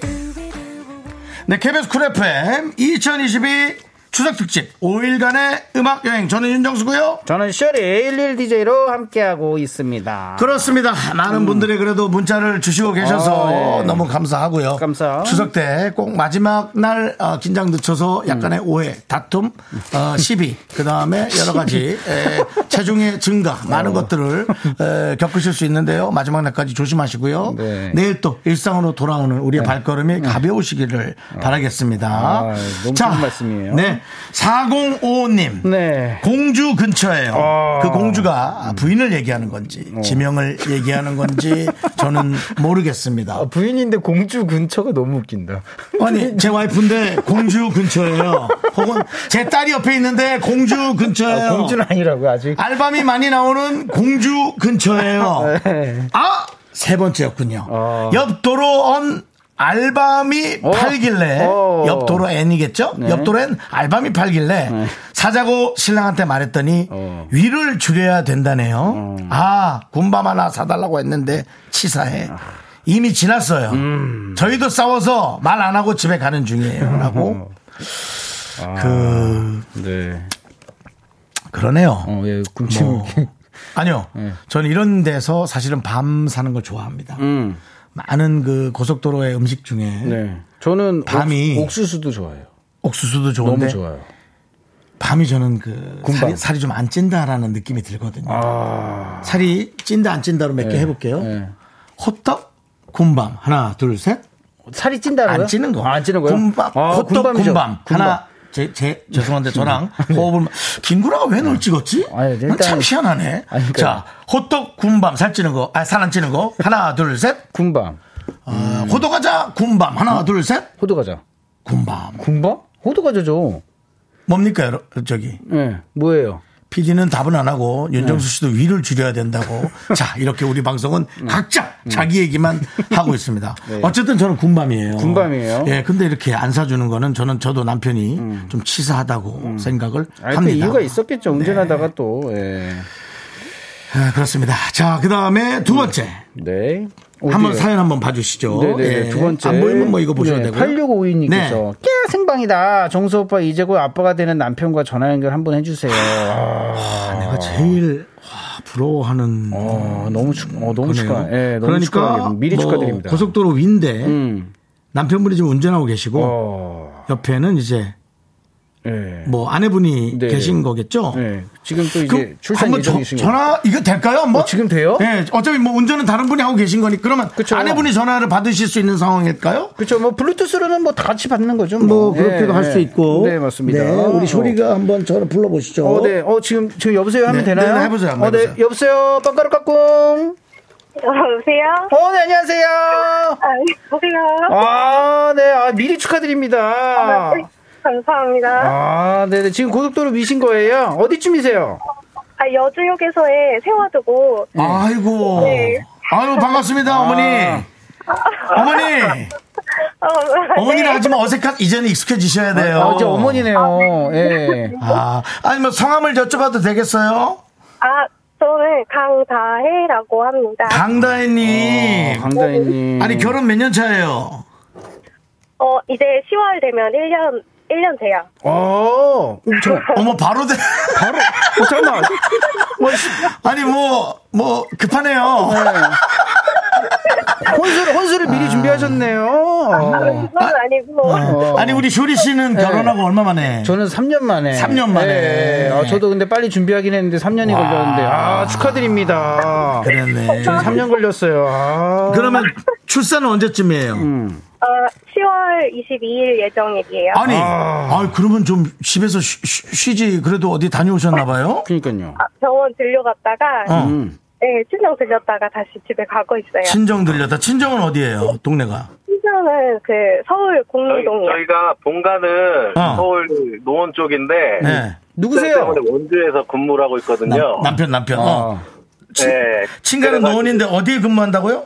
F: 두비두부부.
A: 네, KBS 쿨 FM 2022 추석 특집 5일간의 음악 여행. 저는 윤정수고요.
B: 저는 셔리 11DJ로 함께하고 있습니다.
A: 그렇습니다. 많은 분들이 그래도 문자를 주시고 계셔서
B: 아, 음. 예.
A: 너무 감사하고요.
B: 감사.
A: 추석 때 꼭 마지막 날 어, 긴장 늦춰서
B: 음.
A: 약간의 오해, 다툼, 어, 시비, 그 다음에 여러 가지 에, 체중의 증가
B: 어.
A: 많은 것들을 에, 겪으실 수 있는데요. 마지막 날까지 조심하시고요.
B: 네.
A: 내일 또 일상으로 돌아오는 우리의 발걸음이 가벼우시기를 바라겠습니다.
B: 아, 너무 좋은 말씀이에요.
A: 네, 4055님.
B: 네.
A: 공주 근처예요.
B: 아. 어.
A: 그 공주가 부인을 얘기하는 건지 지명을 얘기하는 건지 저는 모르겠습니다.
B: 아, 부인인데 공주 근처가 너무 웃긴다.
A: 아니 제 와이프인데 공주 근처예요. 혹은 제 딸이 옆에 있는데 공주 근처예요.
B: 공주는 아니라고 어. 아직.
A: 알밤이 많이 나오는 공주 근처예요.
B: 네.
A: 아! 세 번째였군요.
B: 아.
A: 옆 도로 언 알밤이 팔길래
B: 어. 네.
A: 옆 도로 N이겠죠? 옆 도로엔 알밤이 팔길래 사자고 신랑한테 말했더니
B: 어.
A: 위를 줄여야 된다네요. 아 군밤 하나 사달라고 했는데 치사해.
B: 아.
A: 이미 지났어요.
B: 음.
A: 저희도 싸워서 말 안 하고 집에 가는
B: 어.
A: 중이에요라고. 그
B: 네.
A: 그러네요.
B: 어, 네. 예, 군침.
A: 뭐. 아니요. 저는 이런 데서 사실은 밤 사는 걸 좋아합니다. 많은 그 고속도로의 음식 중에
B: 음. 네. 저는
A: 밤이-
B: 옥, 수수도 좋아해요.
A: 옥수수도 좋은데
B: 너무 좋아요.
A: 밤이 저는 그
B: 군밤. 아.
A: 살이, 좀 안 찐다라는 느낌이 들거든요. 살이 찐다 안 찐다로 몇 개 해볼게요.
B: 네.
A: 호떡, 군밤 하나, 둘, 셋.
B: 살이 찐다고요?
A: 안 찌는 거.
B: 아, 어, 안 찌는 거요?
A: 군밤,
B: 아,
A: 호떡, 군밤,
B: 군밤이죠.
A: 하나. 제, 제, 죄송한데 저랑 호흡을. 마- 김구라가 왜 널 찍었지?
B: 예. 아니, 일단-
A: 난 참 희한하네.
B: 아니, 그러니까요.
A: 자, 호떡, 군밤, 살 찌는 거, 아, 살 안 찌는 거. 하나, 둘, 셋.
B: 군밤.
A: 아,
B: 음.
A: 호두과자 군밤 하나 둘 셋
B: 호두과자.
A: 군밤
B: 군밤? 호두과자죠.
A: 뭡니까 여러, 저기
B: 예. 뭐예요?
A: PD는 답은 안 하고 윤정수
B: 네.
A: 씨도 위를 줄여야 된다고 자 이렇게 우리 방송은
B: 음.
A: 각자 자기 얘기만 하고 있습니다. 어쨌든 저는 군밤이에요.
B: 네. 군밤이에요? 음.
A: 예, 근데 이렇게 안 사주는 거는 저는 저도 남편이 좀 치사하다고 생각을
B: 아니, 그
A: 합니다. 네.
B: 이유가 있었겠죠. 운전하다가 또, 예.
A: 아, 그렇습니다. 자 그 다음에 두 번째
B: 네.
A: 한번
B: 어디예요?
A: 사연 한번 봐주시죠.
B: 네네.
A: 예.
B: 두 번째.
A: 안 보이면 뭐 이거 보셔도 되고.
B: 8652님께서.
A: 네.
B: 깨, 생방이다. 정수 오빠 이제 곧 아빠가 되는 남편과 전화 연결 한번 해주세요. 아,
A: 네. 내가 제일 와, 부러워하는
B: 어, 너무 축, 어, 너무 축하. 예, 너무
A: 그러니까
B: 축하드립니다. 미리
A: 뭐
B: 축하드립니다.
A: 고속도로 위인데
B: 음.
A: 남편분이 지금 운전하고 계시고
B: 어,
A: 옆에는 이제
B: 예.
A: 뭐 아내분이
B: 네.
A: 계신 거겠죠.
B: 예. 지금 또 이제
A: 그럼
B: 출산
A: 한번 저-
B: 예정이신 거.
A: 전화 이거 될까요? 한번
B: 어, 지금 돼요?
A: 예, 어차피 뭐 운전은 다른 분이 하고 계신 거니 그러면
B: 그쵸.
A: 아내분이 전화를 받으실 수 있는 상황일까요?
B: 그렇죠. 뭐 블루투스로는 뭐 다 같이 받는 거죠.
A: 뭐
B: 예,
A: 그렇게도 할
B: 예.
A: 수 있고.
B: 네, 맞습니다.
A: 네, 우리 쇼리가 한번 전화 불러보시죠.
B: 어, 네. 어, 지금 지금 여보세요 하면
A: 네,
B: 되나요?
A: 네, 해보세요, 한번
B: 어, 네.
A: 해보세요.
B: 여보세요. 빵가루 깍꿍.
H: 여보세요?
B: 어, 네, 안녕하세요.
H: 아, 여보세요?
B: 아, 네. 아, 미리 축하드립니다.
H: 감사합니다.
B: 아, 네, 네. 지금 고속도로 미신 거예요. 어디쯤이세요?
H: 아, 여주역에서에 세워두고,
A: 아이고.
H: 네.
A: 아유 반갑습니다 어머니. 어머니.
H: 어,
A: 어머니를 하지만 어색한 이제는 익숙해지셔야 돼요.
B: 아, 이제 어머니네요. 예.
A: 아, 아니 뭐 성함을 여쭤봐도 되겠어요?
H: 아, 저는 강다혜라고 합니다.
A: 강다혜님.
B: 예. 어, 강다희님.
A: 어, 아니 결혼 몇 년 차예요?
H: 어, 이제 10월 되면 1년, 1년 돼요.
B: 어, 저,
A: 어머 바로 돼.
B: 바로, 어, 잠깐만. 뭐, 씨,
A: 아니 뭐 뭐 급하네요.
B: 네. 혼수를, 혼수를 미리 준비하셨네요.
H: 그건 아, 니고
A: 어. 아니 우리 쇼리 씨는 결혼하고 얼마 만에?
B: 저는 3년 만에.
A: 네. 3년 만에.
B: 예. 아, 저도 근데 빨리 준비하긴 했는데 3년이 걸렸는데. 아, 축하드립니다.
A: 그랬네.
B: 3년 걸렸어요. 아. 음.
A: 그러면 출산은 언제쯤이에요?
H: 어, 10월 22일 예정일이에요.
A: 아니, 아, 그러면 좀 집에서 쉬, 지 그래도 어디 다녀오셨나봐요?
B: 그러니까요.
H: 아, 병원 들려갔다가
A: 어.
H: 네, 친정 들렸다가 다시 집에 가고 있어요.
A: 친정 들렸다. 친정은 어디예요? 동네가.
H: 친정은 그 서울
I: 저희,
H: 공리동이요.
I: 저희가 본가는
A: 어.
I: 서울 노원 쪽인데
A: 네.
H: 아,
B: 누구세요?
I: 때문에 원주에서 근무를 하고
A: 남,
I: 있거든요.
A: 남편, 남편. 어. 친-
I: 네.
A: 친가는
I: 그래가지고
A: 노원인데 어디에 근무한다고요?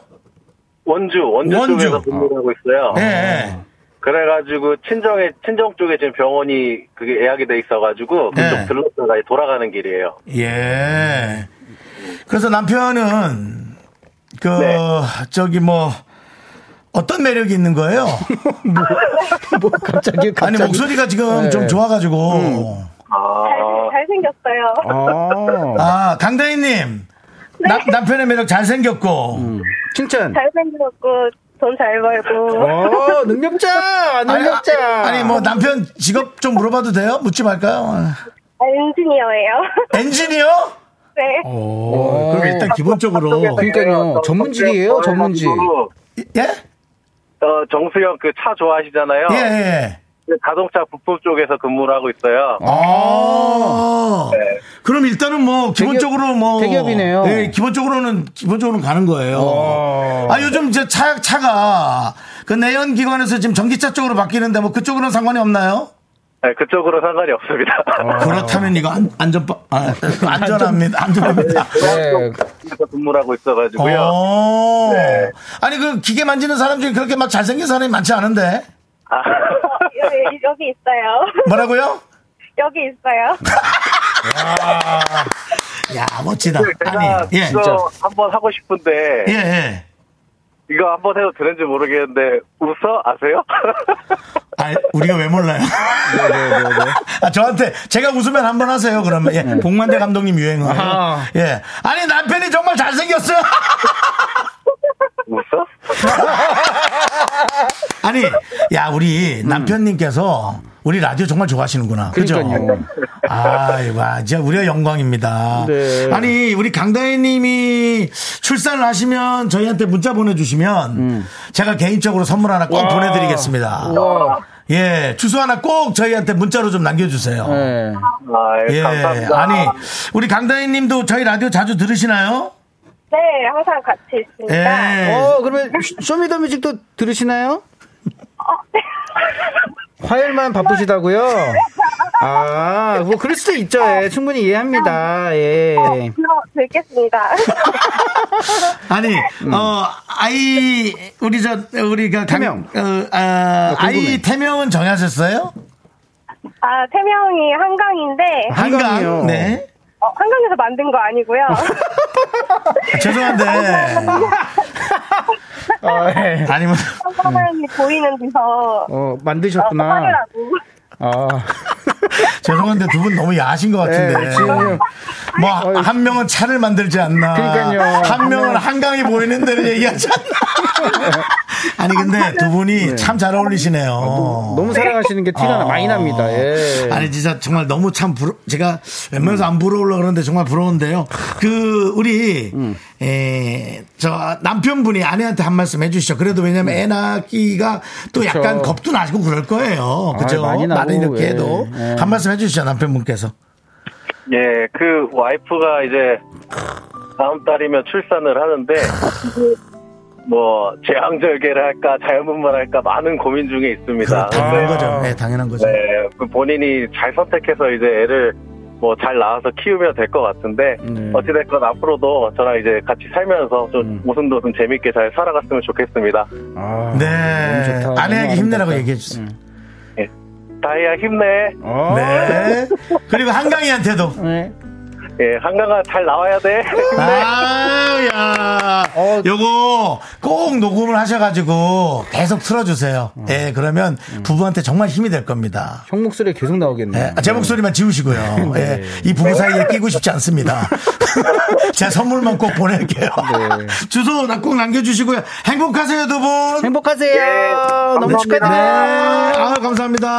I: 원주 원주
A: 원주.
I: 쪽에서 근무를 하고 있어요.
A: 예. 네.
I: 그래가지고 친정에 친정 쪽에 지금 병원이 그게 예약이 돼 있어가지고 그쪽
A: 네.
I: 들렀다가 돌아가는 길이에요.
A: 예. 그래서 남편은 그
I: 네.
A: 저기 뭐 어떤 매력이 있는 거예요?
H: 네.
B: 뭐 갑자기
A: 아니 목소리가 지금 좀 좋아가지고
I: 아,
H: 잘, 생겼어요
B: 아,
A: 아 강다희님 남- 남편의 매력 잘 생겼고
B: 칭찬.
H: 잘생겼고 돈 잘 벌고
B: 어, 능력자, 능력자.
A: 아니 뭐 남편 직업 좀 물어봐도 돼요? 묻지 말까요?
H: 아, 엔지니어예요.
A: 엔지니어?
H: 네.
A: 오, 어, 그럼 일단 기본적으로
I: 아,
B: 그러니까요. 전문직이에요, 전문직.
I: 그래가지고
A: 예?
I: 어, 정수영 그 차 좋아하시잖아요.
A: 예, 예.
I: 자동차 부품 쪽에서 근무를 하고 있어요.
A: 아. 그럼 일단은 뭐 기본적으로 뭐
B: 대기업이네요.
A: 예, 기본적으로는 기본적으로는 가는 거예요. 아 요즘 이제 차 차가 그 내연 기관에서 지금 전기차 쪽으로 바뀌는데 뭐 그쪽으로는 상관이 없나요?
I: 네, 그쪽으로 상관이 없습니다.
A: 어. 그렇다면 이거 안, 안전 아, 안전합니다. 안전합니다.
B: 네.
I: 그래서 근무를 하고 있어가지고요.
A: 어. 아니 그 기계 만지는 사람 중에 그렇게 막 잘생긴 사람이 많지 않은데
I: 아,
H: 여기, 여기 있어요.
A: 뭐라고요?
H: 여기 있어요.
A: 야 멋지다.
I: 네, 제가
A: 아니 예.
I: 이거 한번 하고 싶은데
A: 예, 예.
I: 이거 한번 해도 되는지 모르겠는데 웃어 아세요?
A: 아, 우리가 왜 몰라요?
B: 네,
A: 아, 저한테 제가 웃으면 한번 하세요. 그러면 예, 복만대 감독님 유행어.
B: 네. 아.
A: 예. 아니 남편이 정말 잘생겼어요.
I: 웃어?
A: 아니, 야 우리
B: 음.
A: 남편님께서 우리 라디오 정말 좋아하시는구나. 그죠?
B: 그러니까요.
A: 아이고, 아, 진짜 우리가 영광입니다.
B: 네.
A: 아니, 우리 강다혜님이 출산을 하시면 저희한테 문자 보내주시면
B: 음.
A: 제가 개인적으로 선물 하나 꼭 보내드리겠습니다.
B: 와.
A: 예, 주소 하나 꼭 저희한테 문자로 좀 남겨주세요.
B: 네.
I: 아, 예,
A: 예,
I: 감사합니다.
A: 아니 우리 강다희님도 저희 라디오 자주 들으시나요?
H: 네, 항상 같이 있습니다.
I: 네.
A: 예.
B: 어, 그러면 쇼- 쇼미더뮤직도 들으시나요?
H: 어, 네.
B: 화요일만 바쁘시다고요? 아, 뭐 그럴 수도 있죠. 예, 충분히 이해합니다. 예.
H: 들어 뵙겠습니다.
A: 아니 어 아이 우리 저 우리가 강-
B: 태명.
A: 어, 아,
B: 궁금해.
A: 이 태명은 정하셨어요?
H: 아, 태명이 한강인데,
B: 한강이요.
A: 한강. 네.
H: 어, 한강에서 만든 거 아니고요.
A: 아, 죄송한데
B: 아, 예.
A: 아니면
H: 한강이 보이는 데서,
B: 어,
H: 어,
B: 만드셨구나.
H: 화이라고.
A: 어.
B: 아,
A: 죄송한데 두 분 너무 야하신 것
B: 예,
A: 같은데.
B: 지금
A: 뭐 한 명은 차를 만들지 않나.
B: 그러니까요.
A: 한 명은 한강이 보이는 데를 얘기하지 않나. 아니 근데 두 분이 참 잘 어울리시네요.
B: 네. 너무 사랑하시는 게 티가 나- 많이 납니다. 예.
A: 아. 어. 아니 진짜 정말 너무 참 부러 제가 웬만해서 안 부러우려 그러는데 정말 부러운데요. 그 우리 에, 저 남편분이 아내한테 한 말씀 해주시죠. 그래도
B: 네.
A: 왜냐면 애 낳기가 또 약간 겁도 나고 그럴 거예요. 그죠?
B: 아, 많이 나고,
A: 나는 이렇게
B: 예.
A: 해도
B: 예.
A: 한 말씀 해주시죠 남편분께서.
I: 예, 그 와이프가 이제 다음 달이면 출산을 하는데 뭐 재앙절개를 할까 자연분만 할까 많은 고민 중에 있습니다.
A: 그 당연한 거죠. 네, 당연한 거죠.
I: 아, 네, 그 본인이 잘 선택해서 이제 애를 뭐 잘 낳아서 키우면 될 것 같은데
B: 네.
I: 어찌됐건 앞으로도 저랑 이제 같이 살면서
A: 음.
I: 좀 오순도순 재밌게 잘 살아갔으면 좋겠습니다.
B: 아,
A: 네.
B: 너무 좋다.
A: 아내에게
B: 너무
A: 힘내라고
B: 아름답다.
A: 얘기해 주세요.
I: 다이아 힘내.
B: 어.
A: 네. 그리고 한강이한테도.
B: 네.
I: 예, 한강아 잘 나와야 돼.
A: 아야.
B: 어.
A: 요거 꼭 녹음을 하셔가지고 계속 틀어주세요. 예, 그러면 부부한테 정말 힘이 될 겁니다.
B: 형 목소리 계속 나오겠네요.
A: 예, 제 목소리만 지우시고요. 예, 이 부부 사이에 끼고 싶지 않습니다. 제 선물만 꼭 보낼게요. 네. 주소 꼭 남겨주시고요. 행복하세요, 두 분. 예.
B: 행복하세요. 너무
A: 네.
B: 축하드려요.
A: 아, 감사합니다.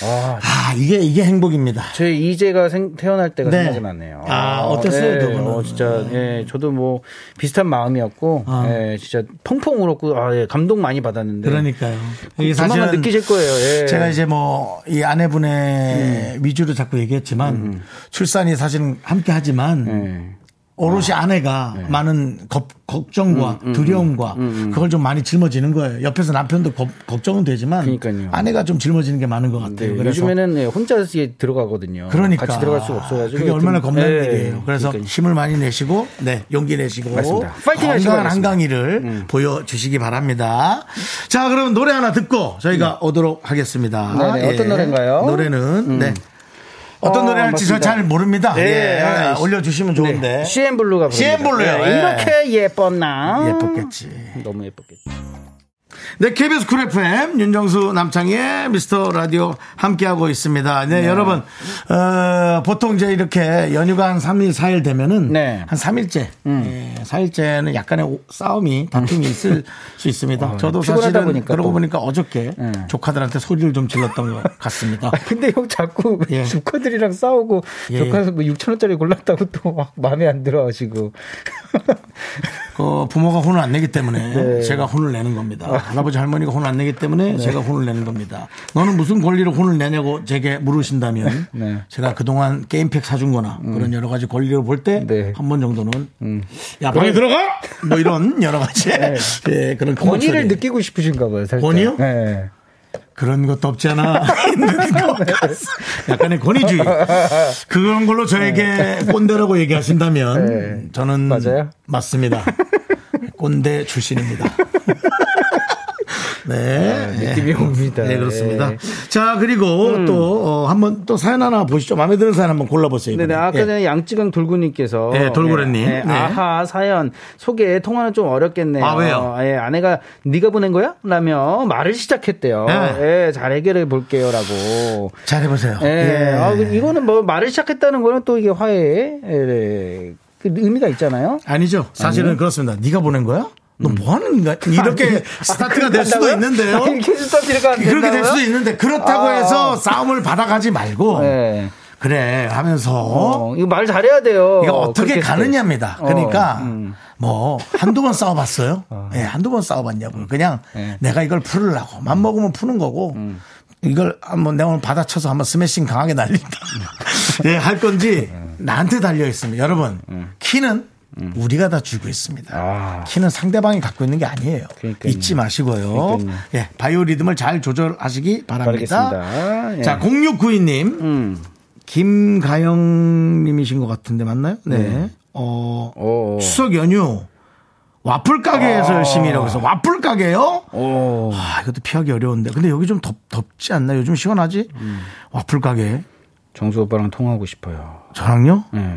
A: 아, 아, 이게, 이게 행복입니다.
B: 제 이제가 생- 태어날 때가
A: 네.
B: 생각이 나네요.
A: 아, 어땠어요,
B: 네.
A: 두 분은?
B: 어, 진짜, 예, 저도 뭐 비슷한 마음이었고, 예, 진짜 펑펑 울었고, 아, 예, 감동 많이 받았는데.
A: 아. 그러니까요. 이게
B: 조만간
A: 사실은
B: 느끼실 거예요. 음. 예.
A: 제가 이제 뭐 이 아내분의 위주로 자꾸 얘기했지만
B: 음.
A: 출산이 사실은 함께 하지만
B: 예. 네.
A: 네, 오롯이 아내가 많은 겁-
B: 음,
A: 걱정과 두려움과 그걸 좀 많이 짊어지는 거예요. 옆에서 남편도 겁- 걱정은 되지만
B: 그러니까요.
A: 아내가 좀 짊어지는 게 많은 것 같아요.
B: 네,
A: 그래서
B: 요즘에는 예, 혼자 이게 들어가거든요.
A: 그러니까
B: 같이 들어갈 수가 없어가지고.
A: 그게 얼마나
B: 좀-
A: 겁나는
B: 예,
A: 일이에요. 그래서
B: 그러니까요.
A: 힘을 많이 내시고 네 용기 내시고
B: 맞습니다. 파이팅 하시기
A: 건강한
B: 바라겠습니다. 음.
A: 한강이를 보여주시기 바랍니다. 자 그럼 노래 하나 듣고 저희가 오도록 하겠습니다.
B: 음.
A: 예.
B: 네네, 어떤 노래인가요? 음.
A: 노래는 네 어떤
B: 어,
A: 노래 할지 저
B: 맞습니다.
A: 잘 모릅니다.
B: 예,
A: 예,
B: 아,
A: 올려주시면 좋은데
B: CN 블루가 부릅니다.
A: CN 네. 블루요.
B: 예,
A: 예.
B: 이렇게 예뻤나?
A: 예뻤겠지.
B: 너무 예뻤겠지.
A: 네, KBS 쿨 FM 윤정수 남창희의 미스터 라디오 함께하고 있습니다. 네, 여러분 어, 보통 이제 이렇게 연휴가 한 3일 4일 되면은
B: 네.
A: 한 3일째, 예, 4일째는 약간의 오- 싸움이 다툼이 있을 수 있습니다. 저도
B: 어, 네. 피곤하다
A: 사실은
B: 보니까
A: 그러고
B: 또. 네.
A: 보니까 어저께 조카들한테 소리를 좀 질렀던 것 같습니다.
B: 근데 형 자꾸
A: 예.
B: 조카들이랑 싸우고
A: 예.
B: 조카에서 뭐 6천 원짜리 골랐다고 또 막 마음에 안 들어하시고
A: 그 부모가 혼을 안 내기 때문에 제가 혼을 내는 겁니다. 할아버지 할머니가 혼을 안 내기 때문에 제가 혼을 내는 겁니다. 너는 무슨 권리로 혼을 내냐고 제게 물으신다면 제가 그동안 게임팩 사준 거나 그런 여러 가지 권리로 볼 때 한
B: 네.
A: 번 정도는 야 방에 들어가 뭐 이런 여러 가지 예, 그런 큰
B: 권위를
A: 목소리.
B: 느끼고 싶으신가 봐요. 살짝.
A: 권위요?
B: 네.
A: 그런 것도 없지 않아 있는 것 같아서 약간의 권위주의 그런 걸로 저에게 꼰대라고 얘기하신다면
B: 네.
A: 저는
B: 맞아요?
A: 습니다 꼰대 출신입니다. 네.
B: 아, 느낌이 옵니다. 음.
A: 네, 그렇습니다.
B: 예.
A: 자, 그리고 또, 어, 한번 또 사연 하나 보시죠. 마음에 드는 사연 한번 골라보세요.
B: 네네.
A: 이번엔.
B: 아까
A: 예.
B: 전에 양쯔강 돌고님께서.
A: 예, 돌고래님.
B: 예, 예,
A: 네.
B: 아하, 사연. 소개, 통화는 좀 어렵겠네요.
A: 아, 왜요?
B: 예, 아내가 네가 보낸 거야? 라며 말을 시작했대요.
A: 네.
B: 예, 잘 해결해 볼게요. 라고.
A: 잘해보세요.
B: 예.
A: 예.
B: 아, 그 이거는 뭐 말을 시작했다는 거는 또 이게 화해의 예, 그 의미가 있잖아요. 음.
A: 아니죠. 사실은 그렇습니다. 네가 보낸 거야? 너 뭐 하는 거야? 이렇게 스타트가 될 수도
B: 한다고요?
A: 있는데요.
B: 이렇게 스타트가 안
A: 그렇게 될
B: 된다고요?
A: 수도 있는데 그렇다고
B: 아.
A: 해서 싸움을 받아가지 말고
B: 예.
A: 그래 하면서
B: 어, 이거 말 잘해야 돼요.
A: 이게 어떻게
B: 그렇죠. 그렇게 했을 때.
A: 가느냐입니다.
B: 어,
A: 그러니까 뭐 한두 번 싸워봤어요? 예, 한두 번 싸워봤냐고요. 그냥
B: 예.
A: 내가 이걸 풀으려고 맘 먹으면 푸는 거고
B: 음.
A: 이걸 한번 내가 오늘 받아쳐서 한번 스매싱 강하게 날린다.
B: 음.
A: 예, 할 건지 나한테 달려 있습니다. 여러분 키는
B: 음.
A: 우리가 다 주고 있습니다. 키는 상대방이 갖고 있는 게 아니에요.
B: 아. 그러니까요.
A: 잊지 마시고요. 예, 바이오 리듬을 잘 조절하시기 바랍니다.
B: 바라겠습니다. 예. 음.
A: 자, 0692님. 김가영님이신 것 같은데 맞나요? 네. 어,
B: 오.
A: 추석 연휴 와플
B: 아.
A: 가게에서 열심히 일하고 있어. 와플 가게요?
B: 오.
A: 아, 이것도 피하기 어려운데. 근데 여기 좀 덥, 덥지 않나? 요즘 시원하지?
B: 음.
A: 와플 가게.
B: 정수 오빠랑 통화하고 싶어요.
A: 저랑요?
B: 예.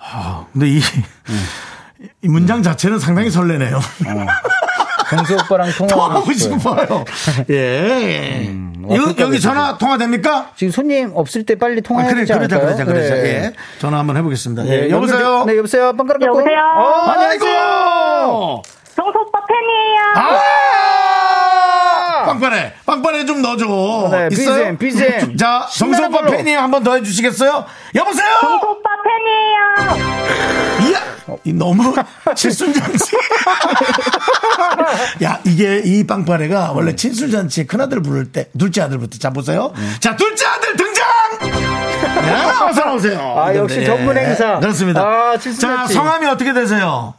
A: 아, 근데 이,
B: 네.
A: 이 문장 자체는 상당히 설레네요.
B: 어. 정수 오빠랑
A: 통화하고
B: 통화하고 싶어요.
A: 싶어요. 예.
B: 네. 음, 와플
A: 여- 여기
B: 가게
A: 전화 통화됩니까?
B: 지금 손님 없을 때 빨리
A: 아,
B: 통화해야
A: 그래,
B: 되지
A: 그러자,
B: 않을까요?
A: 그러자, 그러자.
B: 네.
A: 예. 전화 한번 해보겠습니다. 예,
B: 네,
A: 여보세요?
B: 연결- 네, 여보세요. 빵가락 깎고.
H: 여보세요?
B: 어,
A: 아이고!
H: 정수 오빠 팬이에요.
B: 아!
A: 아! 빵빠레, 빵빠레 좀 넣어줘.
B: 네,
A: 있어요?
B: BGM, BGM.
A: 자,
B: 신나는
A: 정성파
B: 걸로.
A: 팬이 한 번 더 해주시겠어요? 여보세요?
H: 정수 오빠 팬이에요.
A: 이야! 어, 이 너무 칠순잔치. 야, 이게 이 빵빠레가
B: 네.
A: 원래 칠순잔치 큰아들 부를 때, 둘째 아들부터. 자, 보세요.
B: 네.
A: 자, 둘째 아들 등장! 야, 어서 나오세요.
B: 아, 역시
A: 예,
B: 전문 행사.
A: 그렇습니다.
B: 아,
A: 자,
B: 칠순잔치.
A: 성함이 어떻게 되세요?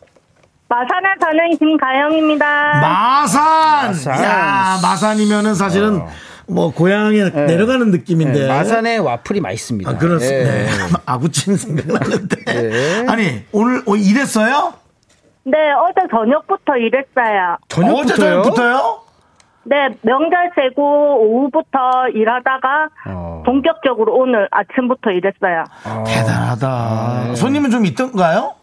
H: 마산에 사는
J: 아.
H: 김가영입니다.
A: 마산. 야, 마산이면은 사실은 뭐 고향에 내려가는 느낌인데.
B: 어. 네. 마산의 와플이 맛있습니다.
A: 예. 아, 그렇습니다.
B: 예.
A: 아구찜 생각나는데.
B: 네.
A: 아니, 오늘, 오늘 일했어요?
H: 네, 어제 저녁부터 일했어요.
B: 저녁부터요?
A: 어제 저녁부터요?
H: 네, 명절 재고 오후부터 일하다가
B: 어.
H: 본격적으로 오늘 아침부터 일했어요.
A: 대단하다.
B: 아, 예.
A: 손님은 좀 있던가요?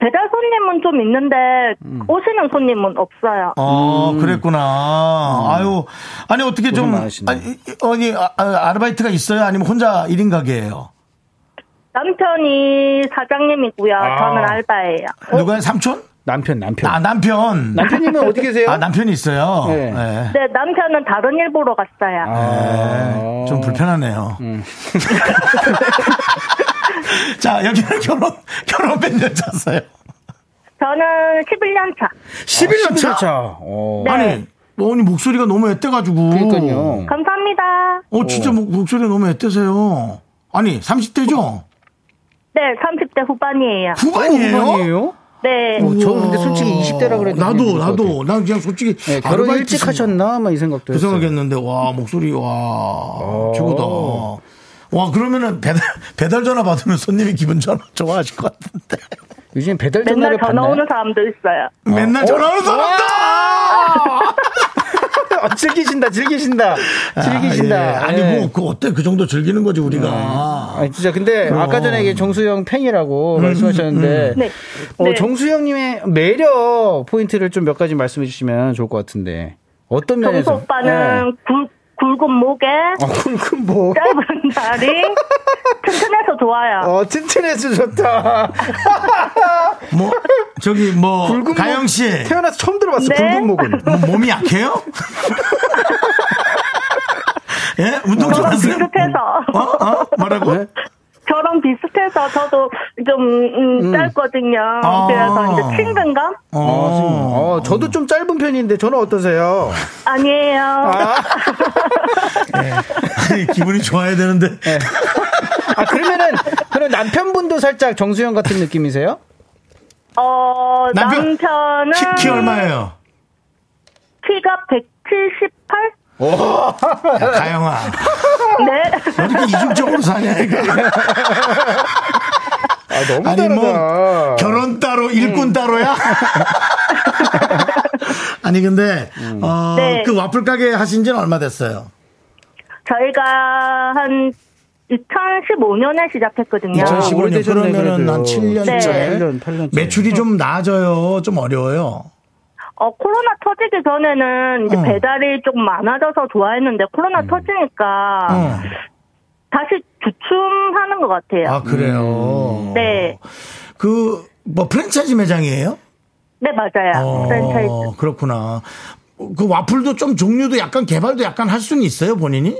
H: 배달 손님은 좀 있는데
B: 음.
H: 오시는 손님은 없어요.
A: 어, 그랬구나. 아유. 아니, 어떻게 좀.
B: 음. 많으시네.
A: 아니, 아니, 아, 아, 아르바이트가 있어요? 아니면 혼자 1인 가게예요
B: 아.
H: 남편이 사장님이고요. 저는 알바예요.
A: 누가요? 삼촌?
B: 남편, 남편.
A: 아, 남편.
B: 어? 남편이면 어디 계세요?
A: 아, 남편이 있어요.
B: 네.
A: 네.
H: 네, 남편은 다른 일 보러 갔어요.
B: 아.
A: 네, 좀 불편하네요.
B: 음.
A: 자, 여기는 결혼, 결혼 몇년 찼어요?
H: 저는 11년 차.
A: 11년 차?
B: 어.
H: 네.
A: 아니, 어머니 목소리가 너무 앳돼가지고.
B: 그러니까요.
H: 감사합니다.
A: 어, 진짜 목, 목소리가 너무 앳되세요. 아니, 30대죠?
H: 네, 30대 후반이에요.
A: 후반이에요?
B: 아니에요?
H: 네.
B: 어, 저 근데 솔직히 20대라 그래도
A: 나도,
B: 그냥
A: 나도. 난 그냥 솔직히.
B: 네, 결혼
A: 아르바이트
B: 일찍
A: 친구.
B: 하셨나? 막 이 생각도
A: 그
B: 했어요. 아.
A: 생각했는데 와 목소리 와 최고다. 와 그러면은 배달 배달 전화 받으면 손님이 기분 좋아 좋아하실 것 같은데
B: 요즘 배달
H: 맨날
B: 전화를
H: 전화
B: 받나요?
H: 오는 사람도 있어요.
A: 맨날 전화 오는 사람다.
B: 아, 즐기신다, 즐기신다, 즐기신다.
A: 아니
B: 아, 예. 네.
A: 뭐 그 어때 그 정도 즐기는 거지 우리가.
B: 아니, 진짜 근데 아까 전에 이게 정수영 팬이라고 말씀하셨는데
H: 네.
B: 어,
H: 네.
B: 정수영님의 매력 포인트를 좀 몇 가지 말씀해 주시면 좋을 것 같은데 어떤
H: 정수
B: 면에서?
H: 오빠는 굵, 굵은 목에
B: 예. 네. 어, 굵은 뭐?
H: 짧은 다리 튼튼해서 좋아요.
B: 어 튼튼해서 좋다.
A: 뭐 저기 뭐
B: 굵은
A: 가영 씨
B: 목 태어나서 처음 들어봤어.
H: 네.
B: 굵은 목은.
A: 뭐 몸이 약해요? 예
B: 어.
A: 운동 좀
H: 저랑
A: 하세요.
H: 비슷해서
A: 어? 어? 뭐라고?
B: 네.
H: 저랑 비슷해서 저도 좀 음, 짧거든요.
A: 아.
H: 그래서 이제 친근감
B: 아,
A: 어.
B: 어, 저도 좀 짧은 편인데 저는 어떠세요?
H: 아니에요.
A: 아니, 기분이 좋아야 되는데
B: 아 그러면은 그럼 남편분도 살짝 정수영 같은 느낌이세요?
H: 어
A: 남편-
H: 남편, 은
A: 키, 키 얼마예요?
H: 가 178.
A: 야, 가영아
H: 네.
A: 왜 이렇게 이중적으로 사냐 이거
B: 아 너무
A: 아니 뭐
B: 다르다. 음.
A: 결혼 따로 일꾼 따로야? 아니 근데
B: 음.
A: 어,
H: 네.
A: 그 와플 가게 하신 지는 얼마 됐어요?
H: 저희가 한 2015년에 시작했거든요.
A: 2015 년.
B: 오래되셨네,
A: 그러면은
B: 그래도.
A: 난 7년
H: 네.
A: 차에
B: 8년, 8년째.
A: 매출이 좀 낮아요 좀 어려워요
H: 어, 코로나 터지기 전에는 이제
A: 어.
H: 배달이 좀 많아져서 좋아했는데
A: 음.
H: 코로나 터지니까
B: 아,
A: 어.
H: 다시 주춤하는 것 같아요.
A: 아
B: 음.
A: 그래요
H: 네.
A: 그 뭐 프랜차이즈 매장이에요?
H: 네, 맞아요.
A: 어.
H: 프랜차이즈.
A: 그렇구나. 그 와플도 좀 종류도 약간 개발도 약간 할 수는 있어요 본인이?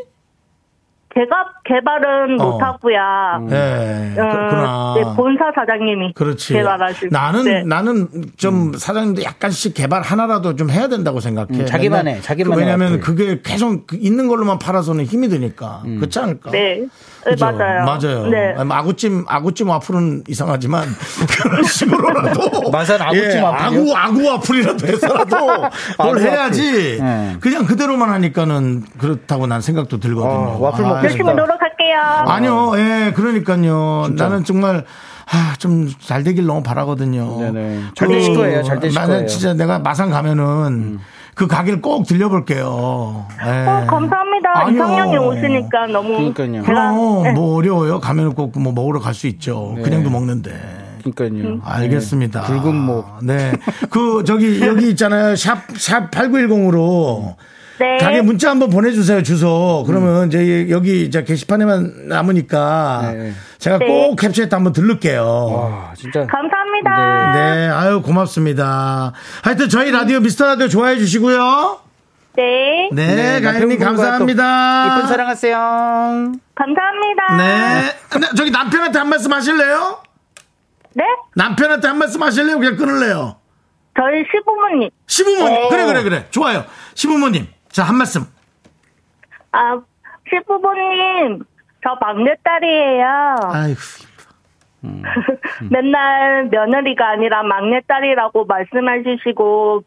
H: 제가 개발은
A: 어.
H: 못하고요.
A: 예, 그렇구나.
H: 어, 음. 네, 본사 사장님이
A: 그렇지.
H: 개발하시고.
A: 나는
H: 네.
A: 나는 좀 사장님도 약간씩 개발 하나라도 좀 해야 된다고 생각해.
B: 음, 자기만 해,
A: 맨날
B: 자기만
A: 그
B: 해,
A: 왜냐하면
B: 와플. 음.
A: 그게 계속 그 있는 걸로만 팔아서는 힘이 드니까 그렇지 않을까?
H: 네. 네,
A: 그죠?
H: 맞아요.
A: 맞아요.
H: 네.
A: 아니, 아구찜 아구찜 와플은 이상하지만 그런 식으로라도
B: 마산 아구찜
A: 예,
B: 와플이요?
A: 아구 아구 와플이라도 해서라도 뭘
B: 와플.
A: 해야지.
B: 예.
A: 그냥 그대로만 하니까는 그렇다고 난 생각도 들거든요.
B: 아, 와플 먹고
A: 아이, 그러니까.
B: 싶다. 어.
H: 열심히 노력할게요.
A: 아니요, 예, 그러니까요. 나는 정말, 아, 좀 잘 되길 너무 바라거든요. 그
B: 네네. 잘 되실 거예요, 잘 되실
A: 나는
B: 거예요. 음.
A: 진짜 내가 마산 가면은 그 가게를 꼭 들려볼게요. 예.
H: 어, 감사합니다.
A: 아니요.
H: 이상형이 오시니까 너무
B: 그러니까요.
H: 제가
A: 그럼
J: 예.
H: 네.
A: 뭐 어려워요. 가면 꼭 뭐 먹으러 갈 수 있죠. 그냥도 먹는데.
B: 그러니까요.
A: 알겠습니다.
B: 붉은 목.
A: 네. 그, 저기, 여기 있잖아요. 샵, 샵 8910으로.
H: 네.
A: 가게 문자 한번 보내주세요, 주소. 그러면 이제 여기 이제 게시판에만 남으니까
B: 네.
A: 제가
H: 네.
A: 꼭 캡처했다 한번 들를게요.
B: 와, 진짜.
H: 감사합니다.
A: 네, 아유, 고맙습니다. 하여튼 저희 라디오 미스터 라디오 좋아해 주시고요.
H: 네.
A: 네, 가연님
B: 남편분과 또
A: 감사합니다.
B: 이쁜 사랑하세요.
H: 감사합니다.
A: 네. 근데 저기 남편한테 한 말씀 하실래요?
H: 네?
A: 남편한테 한 말씀 하실래요? 그냥 끊을래요?
H: 저희 시부모님.
A: 시부모님. 그래, 그래, 그래. 좋아요. 시부모님. 자, 한 말씀.
H: 아, 시부모님. 저 막내딸이에요.
A: 아이고.
H: 맨날 며느리가 아니라 막내딸이라고 말씀해주시고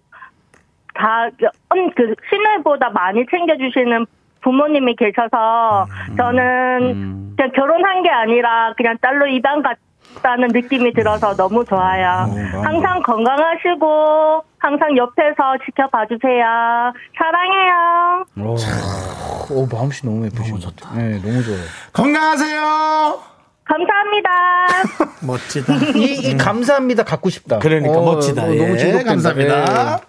H: 다 음, 그 시누이보다 많이 챙겨주시는 부모님이 계셔서 저는 그냥 결혼한 게 아니라 그냥 딸로 입양 갔다는 느낌이 들어서 너무 좋아요. 항상 건강하시고 항상 옆에서 지켜봐 주세요. 사랑해요.
B: 오, 마음씨 너무 예쁘신 것 같아요. 네, 너무 좋아요.
A: 건강하세요.
H: 감사합니다.
A: 멋지다.
B: 이, 이 감사합니다. 갖고 싶다.
A: 음. 그러니까
B: 어,
A: 멋지다.
B: 어,
A: 예,
B: 너무 즐겁다.
A: 감사합니다.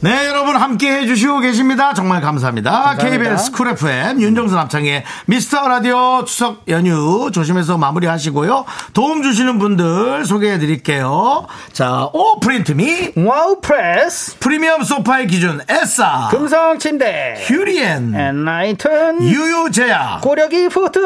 A: 네, 여러분 함께 해주시고 계십니다. 정말 감사합니다. KBS 쿨 FM 윤정수 남창의 미스터 라디오 추석 연휴 조심해서 마무리하시고요. 도움 주시는 분들 소개해드릴게요. 자, 오 프린트미,
B: 네. 와우 프레스,
A: 프리미엄 소파의 기준 에싸,
B: 금성 침대,
A: 아. 휴리엔,
B: 엔라이튼,
A: 유유제약.
B: 고력이 푸드.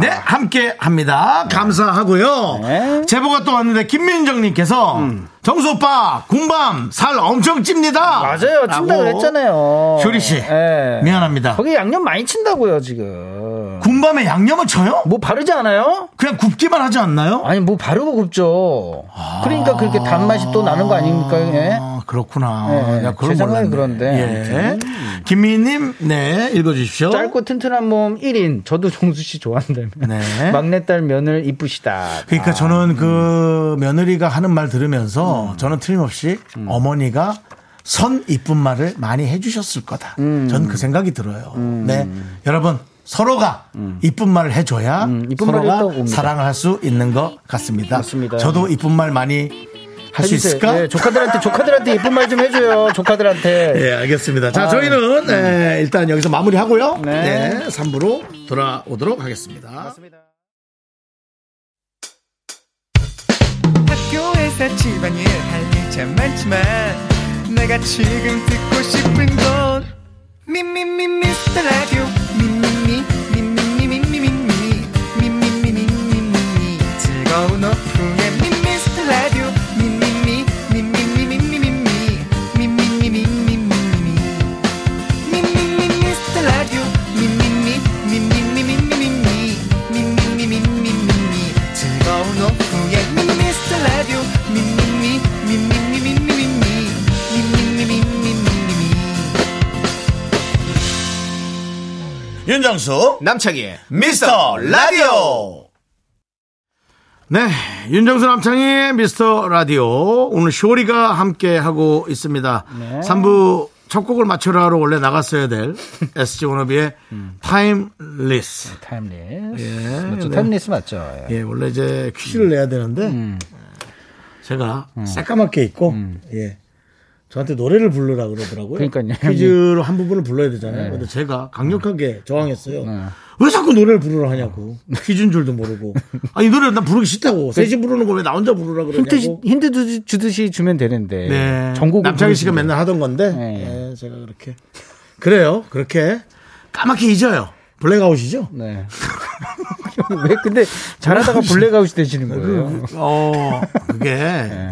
A: 네, 함께 합니다. 감사하고요.
B: 네.
A: 제보가 또 왔는데, 김민정님께서, 정수 오빠, 군밤, 살 엄청 찝니다.
B: 맞아요. 친다고
A: 라고.
B: 했잖아요.
A: 효리씨,
B: 예.
A: 미안합니다.
B: 거기 양념 많이 친다고요, 지금.
A: 군밤에 양념을 쳐요?
B: 뭐 바르지 않아요?
A: 그냥 굽기만 하지 않나요?
B: 아니, 뭐 바르고 굽죠. 그러니까 그렇게 단맛이 또 나는 거 아닙니까? 예.
A: 아, 그렇구나.
B: 예,
A: 야, 그걸
B: 제 생각엔
A: 몰랐네.
B: 그런데.
A: 예. 김민희님, 네, 읽어주십시오.
B: 짧고 튼튼한 몸 1인. 저도 정수 씨 좋아한다면.
A: 네.
B: 막내딸 며느리 이쁘시다.
A: 그러니까
B: 음.
A: 저는 그 며느리가 하는 말 들으면서 저는 틀림없이
B: 음.
A: 어머니가 선 이쁜 말을 많이 해주셨을 거다.
B: 음.
A: 전 그 생각이 들어요. 네, 여러분 서로가 이쁜 말을 해줘야
B: 음. 이쁜 말이 있다고
A: 서로가
B: 봅니다.
A: 사랑을 할 수 있는 것 같습니다.
B: 맞습니다.
A: 저도 이쁜 말 많이 할 수
B: 해주세요.
A: 있을까?
B: 예, 조카들한테, 조카들한테 예쁜 말 좀 해줘요. 조카들한테.
A: 예, 알겠습니다. 자,
B: 아,
A: 저희는 예, 일단 여기서 마무리하고요.
B: 네.
A: 네, 3부로 돌아오도록 하겠습니다.
D: 학교에서 집안일 할 일 참 많지만 내가 지금 듣고 싶은 건 미미미 미스터 라디오 미미미 미미미 미미미 미미미 미미미 즐거운 오후에 미스터 라디오 미미미 미미미 미미미 미미미 미미미 미미미 미스터 라디오 미미미 미미미 미미미 미미미 미미미 즐거운 오후에 미스터 라디오 미미미 미미미 미미미 미미미 미미미
A: 윤정수,
C: 남창희의 미스터 라디오
A: 네, 윤정수 남창희의 미스터 라디오 오늘 쇼리가 함께 하고 있습니다. 3부 첫 곡을 맞춰라로 원래 나갔어야 될 SG 워너비의 타임 리스.
B: 타임리스.
A: 예,
B: 맞죠.
A: 네.
B: 타임리스 맞죠. 예.
A: 예, 원래 이제 퀴즈를 내야 되는데
B: 음.
A: 제가 새까맣게 있고 예. 저한테 노래를 부르라 그러더라고요.
B: 그러니까요. 네.
A: 퀴즈로 한 부분을 불러야 되잖아요. 근데 제가 강력하게 저항했어요. 왜 자꾸 노래를 부르라 하냐고. 퀴즈인 줄도 모르고. 아이 노래 난 부르기 싫다고.
B: 네.
A: 셋이 부르는 거 왜 나 혼자 부르라
B: 힌트, 시-
A: 그러냐고.
B: 힌트 주- 주듯이 주면 되는데.
A: 네.
B: 전곡을
A: 남창희 씨가
B: 부르시면
A: 맨날 하던 건데.
B: 네.
A: 예, 제가 그렇게. 그래요. 그렇게 까맣게 잊어요. 블랙아웃이죠?
B: 네. 왜 근데 잘하다가 블랙아웃이 되시는 거예요?
A: 어, 그게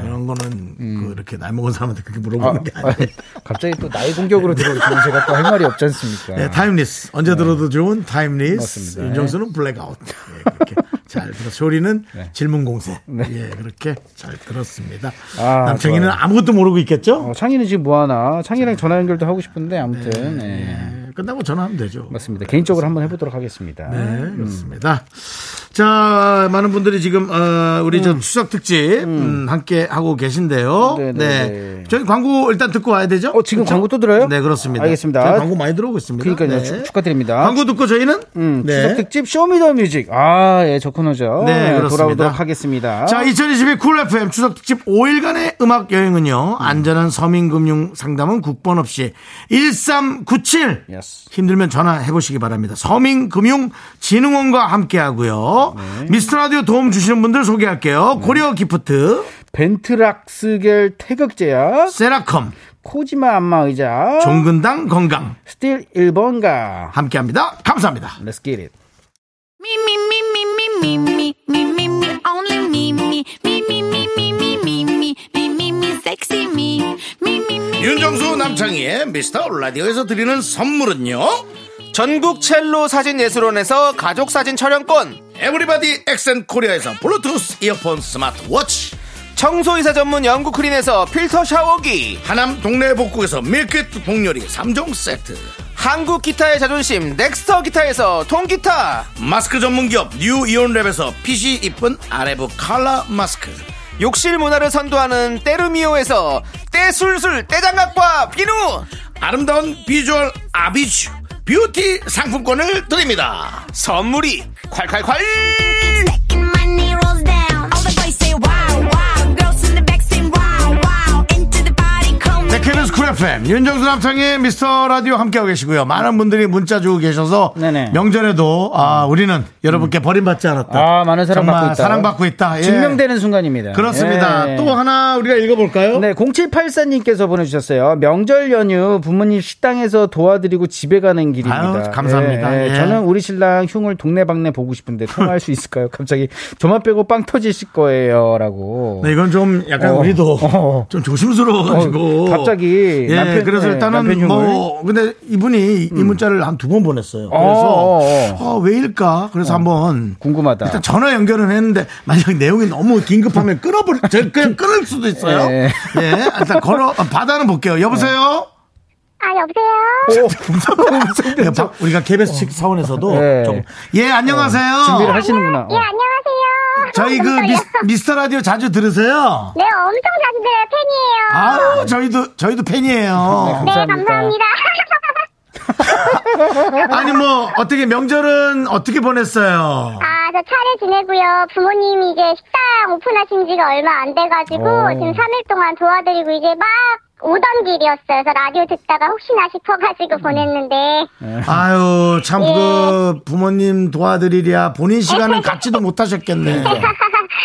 A: 그런 거는 그 이렇게 나이 먹은 사람한테 그렇게 물어보는 게
B: 예. 음. 아,
A: 아니에요. 네.
B: 갑자기 또 나이 공격으로 들어오시면 제가 또 할 말이 없지 않습니까?
A: 네, 타임리스. 언제 들어도 좋은 타임리스.
B: 예. 맞습니다.
A: 윤정수는 블랙아웃. 예, 그렇게 잘 들었어요. 쇼리는
B: 네.
A: 질문 공세. 예, 그렇게 잘 들었습니다.
B: 아,
A: 남창이는 아무것도 모르고 있겠죠?
B: 어, 창희는 지금 뭐 하나? 창희랑 전화 연결도 하고 싶은데 아무튼 네.
A: 예, 끝나고 전화하면 되죠.
B: 맞습니다. 음. 개인적으로 한번 해보도록 하겠습니다.
A: 네, 그렇습니다. 자, 많은 분들이 지금 어, 우리 저 추석 특집 음, 함께 하고 계신데요.
B: 네,
A: 네,
B: 네, 네.
A: 저희 광고 일단 듣고 와야 되죠?
B: 어, 지금 광고 또 들어요?
A: 네, 그렇습니다.
B: 알겠습니다.
A: 저희 광고 많이 들어오고 있습니다.
B: 그러니까요.
A: 네.
B: 축- 축하드립니다.
A: 광고 듣고 저희는
B: 음,
A: 네.
B: 추석 특집 쇼미더뮤직 아, 예, 저 코너죠.
A: 네, 그렇습니다.
B: 돌아오도록 하겠습니다.
A: 자, 2022 쿨 FM 추석 특집 5일간의 음악 여행은요. 안전한 서민금융 상담은 국번 없이 1397.
B: Yes.
A: 힘들면 전화해 보시기 바랍니다. 서민금융진흥원과 함께 하고요.
B: 네.
A: 미스터 라디오 도움 주시는 분들 소개할게요. 고려 기프트,
B: 벤트락스겔 태극제약,
A: 세라컴,
B: 코지마 안마 의자,
A: 종근당 건강
B: 스틸 1번가.
A: 함께 합니다. 감사합니다.
B: Let's get it.
F: Me, me, me, me, me, me, me, me, me, me, only me, me, me, me, me, me, me, me, me, me, me, me, sexy me, me, me, me.
A: 윤정수 남창희의 미스터 라디오에서 드리는 선물은요.
C: 전국 첼로 사진 예술원에서 가족 사진 촬영권
A: 에브리바디 엑센 코리아에서 블루투스 이어폰 스마트워치.
C: 청소이사 전문 영국 크린에서 필터 샤워기
A: 하남 동네 복국에서 밀키트 복요리 3종 세트
C: 한국 기타의 자존심 넥스터 기타에서 통기타
A: 마스크 전문기업 뉴 이온랩에서 핏이 이쁜 아레브 칼라 마스크
C: 욕실 문화를 선도하는 때르미오에서 때술술 때장갑과 비누
A: 아름다운 비주얼 아비쥬 뷰티 상품권을 드립니다
C: 선물이 콸콸콸
F: Second money rolls down. All the boys say wow, wow. Girls in the back say wow, wow. Into the body, call me
A: KBS 네, 쿨 FM 윤정수 남창의 미스터 라디오 함께하고 계시고요. 많은 분들이 문자 주고 계셔서 명절에도 아, 우리는 여러분께 버림받지 않았다.
B: 아, 많은 사랑받고
A: 정말
B: 있다.
A: 사랑받고 있다. 예.
B: 증명되는 순간입니다. 예.
A: 그렇습니다. 또 하나 우리가 읽어볼까요?
B: 네, 0784님께서 보내주셨어요. 명절 연휴 부모님 식당에서 도와드리고 집에 가는 길입니다.
A: 아유, 감사합니다. 예.
B: 저는 우리 신랑 흉을 동네방네 보고 싶은데 통화할 수 있을까요? 갑자기 저만 빼고 빵 터지실 거예요라고.
A: 네, 이건 좀 약간 우리도 좀 조심스러워가지고.
B: 어, 갑자기
A: 예,
B: 남편,
A: 그래서
B: 네,
A: 일단은
B: 남편 음.
A: 뭐, 근데 이분이 이 문자를 한 두 번 보냈어요.
B: 어,
A: 그래서, 어, 왜일까? 그래서 한번.
B: 궁금하다.
A: 일단 전화 연결은 했는데, 만약 내용이 너무 긴급하면 끊어버릴, 저- 그냥 끊을 수도 있어요.
B: 예.
A: 음. 예. 일단 걸어, 받아는 볼게요. 여보세요?
K: 아
A: 어.
K: 여보세요.
A: 예, 바- 우리가 KBS 측 사원에서도 좀. 예, 안녕하세요.
K: 준비를 하시는구나.
B: 어.
K: 예 안녕하세요.
A: 저희 그 미, 스터 라디오 자주 들으세요?
K: 네 엄청 자주 들어요 팬이에요.
A: 아유, 저희도, 저희도 팬이에요.
K: 네 감사합니다.
A: 아니 뭐 어떻게 명절은 어떻게 보냈어요?
K: 아저 차례 지내고요. 부모님이 이제 식당 오픈하신 지가 얼마 안 돼가지고
A: 오.
K: 지금 3일 동안 도와드리고 이제 막 오던 길이었어요. 그래서 라디오 듣다가 혹시나
A: 음.
K: 싶어가지고 보냈는데
A: 네. 아유 참 그 부모님 도와드리랴 본인 시간을 갖지도 못하셨겠네.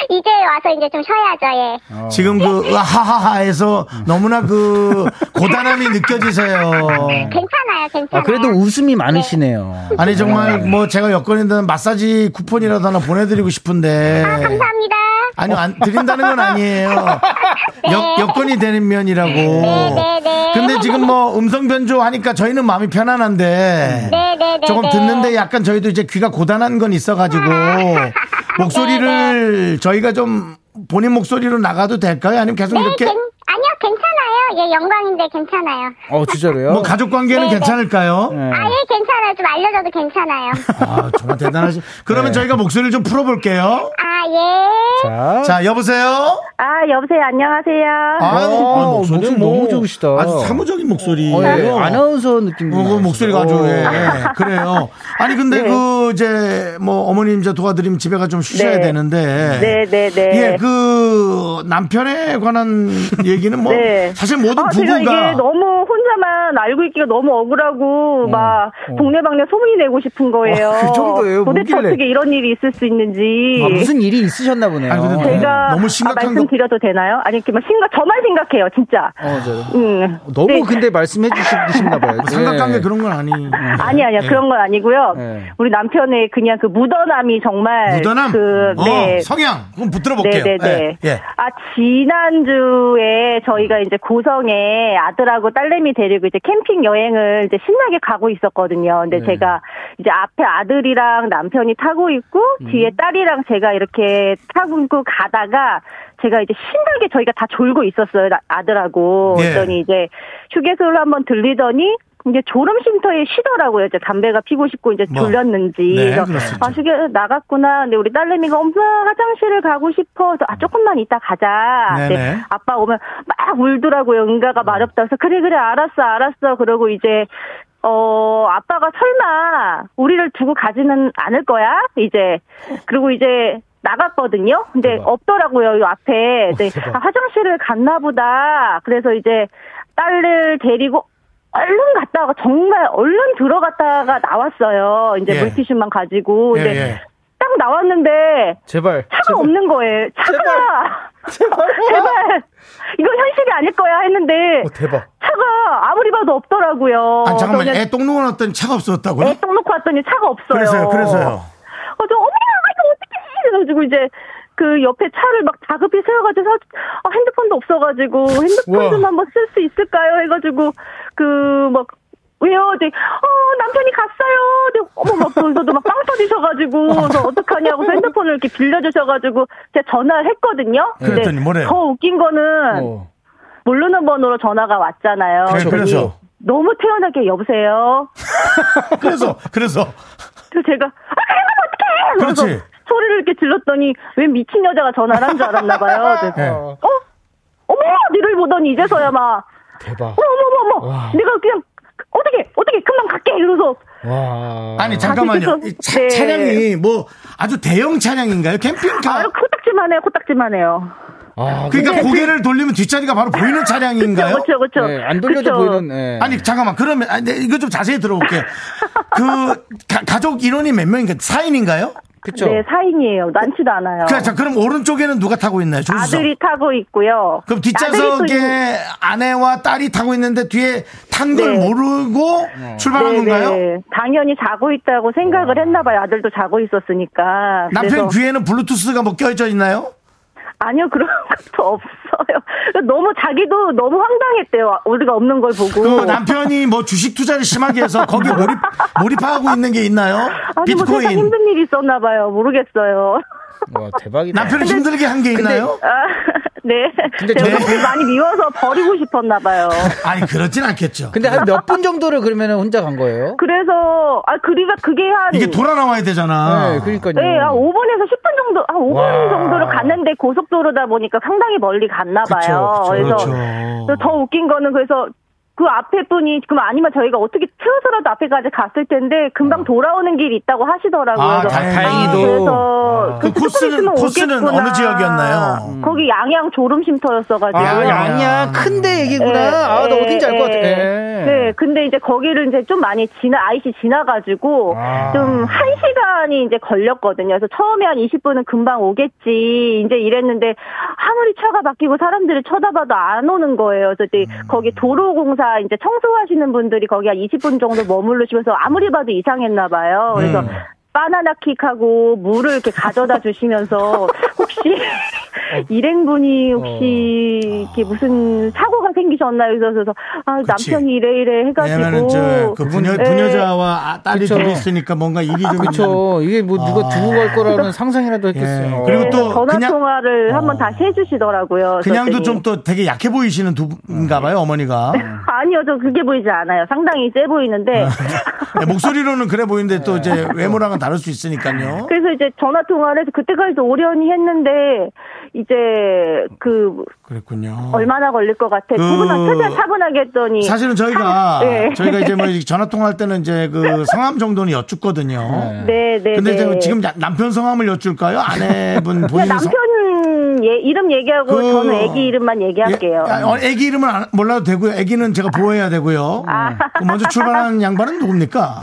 K: 이제 와서 이제 좀 쉬어야죠. 예.
A: 지금 그 하하하에서 너무나 그 고단함이 느껴지세요.
K: 괜찮아요, 괜찮아요.
B: 웃음이 많으시네요.
A: 아니 정말 뭐 제가 여건인다면 마사지 쿠폰이라도 하나 보내드리고 싶은데. 아
K: 감사합니다.
A: 아니요 안 드린다는 건 아니에요.
K: 네.
A: 여, 여건이 되는 면이라고. 어. 근데 지금 뭐 음성 변조 하니까 저희는 마음이 편안한데.
K: 네네네.
A: 조금 듣는데 약간 저희도 이제 귀가 고단한 건 있어가지고
K: 네,
A: 목소리를 저희가 좀 본인 목소리로 나가도 될까요? 아니면 계속
K: 네,
A: 이렇게
K: 괜, 아니요, 괜찮아요. 예, 영광인데 괜찮아요.
B: 어 진짜로요?
A: 뭐 가족 관계는
K: 네, 네.
A: 괜찮을까요?
K: 아, 예, 괜찮아요. 좀 알려줘도 괜찮아요.
A: 아, 정말 대단하시. 네. 그러면 저희가 목소리를 좀 풀어볼게요.
K: 아, 예.
A: 자, 여보세요.
J: 아, 여보세요. 안녕하세요.
A: 아유, 아, 목소리
B: 목소리 너무 좋으시다.
A: 아주 사무적인 목소리.
B: 어, 예. 아나운서 느낌.
A: 어, 그 목소리가 아주
B: 어.
A: 예, 예. 그래요. 아니 근데
B: 네.
A: 그 이제 뭐 어머님 저 도와드리면 집에가 좀 쉬셔야
J: 네.
A: 되는데.
J: 네, 네, 네.
A: 예, 그 남편에 관한 얘기는 뭐
J: 네.
A: 사실 모든
J: 아, 제가
A: 부부가
J: 이게 너무 혼자만 알고 있기가 너무 억울하고 막 동네방네 소문이 내고 싶은 거예요.
B: 어, 그 정도예요?
J: 도대체
B: 뭐길래?
J: 어떻게 이런 일이 있을 수 있는지.
B: 아, 무슨 일이 있으셨나 보네요. 어,
J: 제가 아,
B: 거-
J: 말씀드려도 되나요? 아니, 이렇게 막 심각 저만 심각해요, 진짜.
B: 어, 저-
J: 음.
B: 너무
J: 네.
B: 근데 말씀해 주시나 봐요.
A: 뭐
B: 예.
A: 삼각관계 그런 건 아니. 예.
J: 아니 아니야
A: 네.
J: 그런 건 아니고요. 우리 남편의 그냥 그 묻어남이 정말
A: 무던함?
J: 그
A: 어, 성향. 그럼 붙들어 볼게요.
J: 네네네.
A: 예, 예.
J: 아 지난주에
L: 음.
J: 저희가 이제 고성에 아들하고 딸내미 데리고 이제 캠핑 여행을 이제 신나게 가고 있었거든요. 근데
L: 네.
J: 제가 이제 앞에 아들이랑 남편이 타고 있고
L: 음.
J: 뒤에 딸이랑 제가 이렇게 타고 있고 가다가 제가 이제 신나게 저희가 다 졸고 있었어요. 나- 아들하고
L: 예.
J: 그랬더니 이제 휴게소로 한번 들리더니 이제 졸음쉼터에 쉬더라고요. 이제 담배가 피고 싶고 이제
L: 뭐.
J: 졸렸는지.
L: 네,
J: 그래서
L: 그렇습니다.
J: 아, 휴게 나갔구나. 근데 우리 딸내미가 엄마 화장실을 가고 싶어. 그래서 아, 조금만 이따 가자.
L: 네네.
J: 근데 아빠 오면 막 울더라고요. 응가가 마렵다. 그래서 그래 그래 알았어 알았어. 그러고 이제 어 아빠가 설마 우리를 두고 가지는 않을 거야. 이제 그리고 이제 나갔거든요. 근데 없더라고요. 이 앞에 이제 아, 화장실을 갔나 보다. 그래서 이제 딸을 데리고 얼른 갔다가 정말 얼른 들어갔다가 나왔어요. 이제
B: 예.
J: 물티슈만 가지고
B: 예,
J: 이제
B: 예.
J: 딱 나왔는데
B: 제발.
J: 차가 없는 거예요. 차가 제발,
A: 어?
J: 이거 현실이 아닐 거야 했는데
A: 대박.
J: 차가 아무리 봐도 없더라고요.
A: 아 잠깐만
J: 어, 그래서
A: 애 똥 놓고 났더니 차가 없어졌다고요?
J: 그냥 애똥 놓고 왔더니 차가 없어요.
A: 그래서요, 그래서요.
J: 어, 저 어머니가 이거 어떻게 그래가지고 이제 그 옆에 차를 막 다급히 세워가지고 아, 핸드폰도 없어가지고 핸드폰 좀 한번 쓸 수 있을까요? 해가지고 그 막 왜요? 이제 어 남편이 갔어요. 근데 어머 막 그러서도 막 빵 터지셔가지고 그래서 어떡하냐고 해서 핸드폰을 이렇게 빌려주셔가지고 제가 전화를 했거든요. 근데
A: 네, 그랬더니 뭐래요? 어.
J: 더 웃긴 거는 모르는 번호로 전화가 왔잖아요.
A: 네, 그래,
J: 어, 그랬더니
A: 그래서.
J: 너무 태연하게 여보세요.
A: 그래서 그래서
J: 그래서 제가 아 그러면 어떡해
A: 그렇지.
J: 그래서 소리를 이렇게 질렀더니 왜 미친 여자가 전화를 한 줄 알았나
B: 아.
J: 봐요 그래서
A: 예.
J: 어? 어머 니를 보더니 이제서야 막
A: 대박.
J: 어머 어머 어머 내가 그냥 어떻게 어떻게 금방 갈게 이러서
A: 와. 아니
J: 다시
A: 잠깐만요. 이 차,
J: 네.
A: 차량이 뭐 아주 대형 차량인가요? 캠핑카?
J: 코딱지만 해요 코딱지만 해요
B: 아,
A: 그러니까
B: 근데-
A: 고개를 돌리면 뒷자리가 바로 보이는 차량인가요?
J: 그렇죠,
B: 그쵸, 그쵸, 그쵸. 네, 안 돌려도 그쵸. 보이는, 네.
A: 아니 잠깐만 그러면 아니, 네, 이거 좀 자세히 들어볼게요. 그 가, 족 인원이 몇 명인가? 4인인가요?
J: 네, 4인이에요. 많지도 않아요.
A: 그, 자, 그럼 오른쪽에는 누가 타고 있나요? 조수석.
J: 어. 아들이 타고 있고요.
A: 그럼
J: 아들이 또 있-
A: 뒷좌석에 아내와 딸이 타고 있는데 뒤에 탄 걸
J: 네.
A: 모르고 출발한
J: 네,
A: 건가요?
J: 네. 당연히 자고 있다고 생각을 했나 봐요. 아들도 자고 있었으니까.
A: 남편
J: 그래서-
A: 귀에는 블루투스가 뭐 껴져 있나요?
J: 아니요, 그런 것도 없어요. 그러니까 너무 자기도 너무 황당했대요. 우리가 없는 걸 보고.
A: 그 남편이 뭐 주식 투자를 심하게 해서 거기에 몰입, 몰입하고 있는 게 있나요?
J: 아니 뭐 세상
A: 비트코인.
J: 힘든 일이 있었나 봐요. 모르겠어요.
B: 와, 대박이다.
A: 남편이
J: 근데-
A: 힘들게 한 게 있나요?
J: 아, 네.
B: 근데
J: 제가
B: 저는-
J: 너무 많이 미워서 버리고 싶었나 봐요.
A: 아니, 그렇진 않겠죠.
B: 근데 한 몇 분 정도를 그러면 혼자 간 거예요?
J: 그래서 아 그리가 그게 한
A: 이게 돌아 나와야 되잖아.
B: 네, 그러니까요.
J: 네, 한 5분에서 10분 정도, 한 5분
A: 와.
J: 정도를 갔는데 고속도로다 보니까 상당히 멀리 갔나 봐요.
A: 그쵸,
J: 래서
A: 그쵸.
J: 더 웃긴 거는 그래서 그 앞에 분이 그럼 아니면 저희가 어떻게 틀어서라도 앞에까지 갔을 텐데 금방 돌아오는 길이 있다고 하시더라고요.
A: 어. 아,
J: 그래서
A: 다행-
J: 아,
A: 다행히도.
J: 그래서
A: 그
J: 조금
A: 코스는-
J: 있으면
A: 코스는
J: 오겠구나.
A: 어느 지역이었나요? 음.
J: 거기 양양 졸음쉼터였어가지고.
B: 아, 양양.
A: 네.
B: 큰데 얘기구나. 아, 나 어딘지 알 것 같아.
J: 네.
B: 예.
J: 네, 근데 이제 거기를 이제 좀 많이 지나, 아이씨 지나가지고, 좀 한 시간이 이제 걸렸거든요. 그래서 처음에 한 20분은 금방 오겠지, 이제 이랬는데, 아무리 차가 바뀌고 사람들을 쳐다봐도 안 오는 거예요. 그래서 이제 거기 도로공사 이제 청소하시는 분들이 거기 한 20분 정도 머물르시면서 아무리 봐도 이상했나 봐요. 그래서,
M: 음.
J: 바나나 킥하고 물을 이렇게 가져다 주시면서 혹시
A: 어.
J: 일행분이 혹시 이렇게 무슨 사고가 생기셨나요? 그래서- 그래서 아
A: 아. 그치.
J: 남편이 이래 이래
A: 왜냐면은
J: 해가지고
A: 저그 부녀
J: 예.
A: 부녀자와 아, 딸이
B: 그쵸.
A: 둘이 있으니까 뭔가 일이 좀
B: 그쵸. 이게 뭐 누가 두고 갈 거라는 상상이라도 했겠어요.
A: 아. 예. 그리고 또
J: 네. 전화
A: 그냥- 어.
J: 통화를 한번 다시 해주시더라고요.
A: 그냥도
J: 그랬더니.
A: 좀 또 되게 약해 보이시는 두 분인가 봐요, 어머니가.
J: 아니요, 저 그게 보이지 않아요. 상당히 세 보이는데
A: 네, 목소리로는 그래 보이는데 또 이제 외모랑은 다를 수 있으니까요.
J: 네. 그래서 이제 전화 통화를 해서 그때까지도 오련히 했는데 이제 그
A: 그랬군요.
J: 얼마나 걸릴 것 같아?
A: 어. 그-
J: 구분한 최대한 차분하게 했더니
A: 사실은 저희가
J: 한- 네.
A: 저희가 이제 뭐 전화 통화할 때는 이제 그 성함 정도는 여쭙거든요.
J: 네, 네. 네.
A: 근데 이제 지금 야- 남편 성함을 여쭐까요? 아내분
J: 그냥
A: 본인
J: 그러니까
A: 성-
J: 남편 예, 이름 얘기하고
A: 그-
J: 저는 애기 이름만 얘기할게요.
A: 아, 어, 애기 이름은 안- 몰라도 되고요. 애기는 제가 보호해야 되고요.
J: 아.
A: 그럼 먼저 출발한 양반은 누굽니까?
B: 어,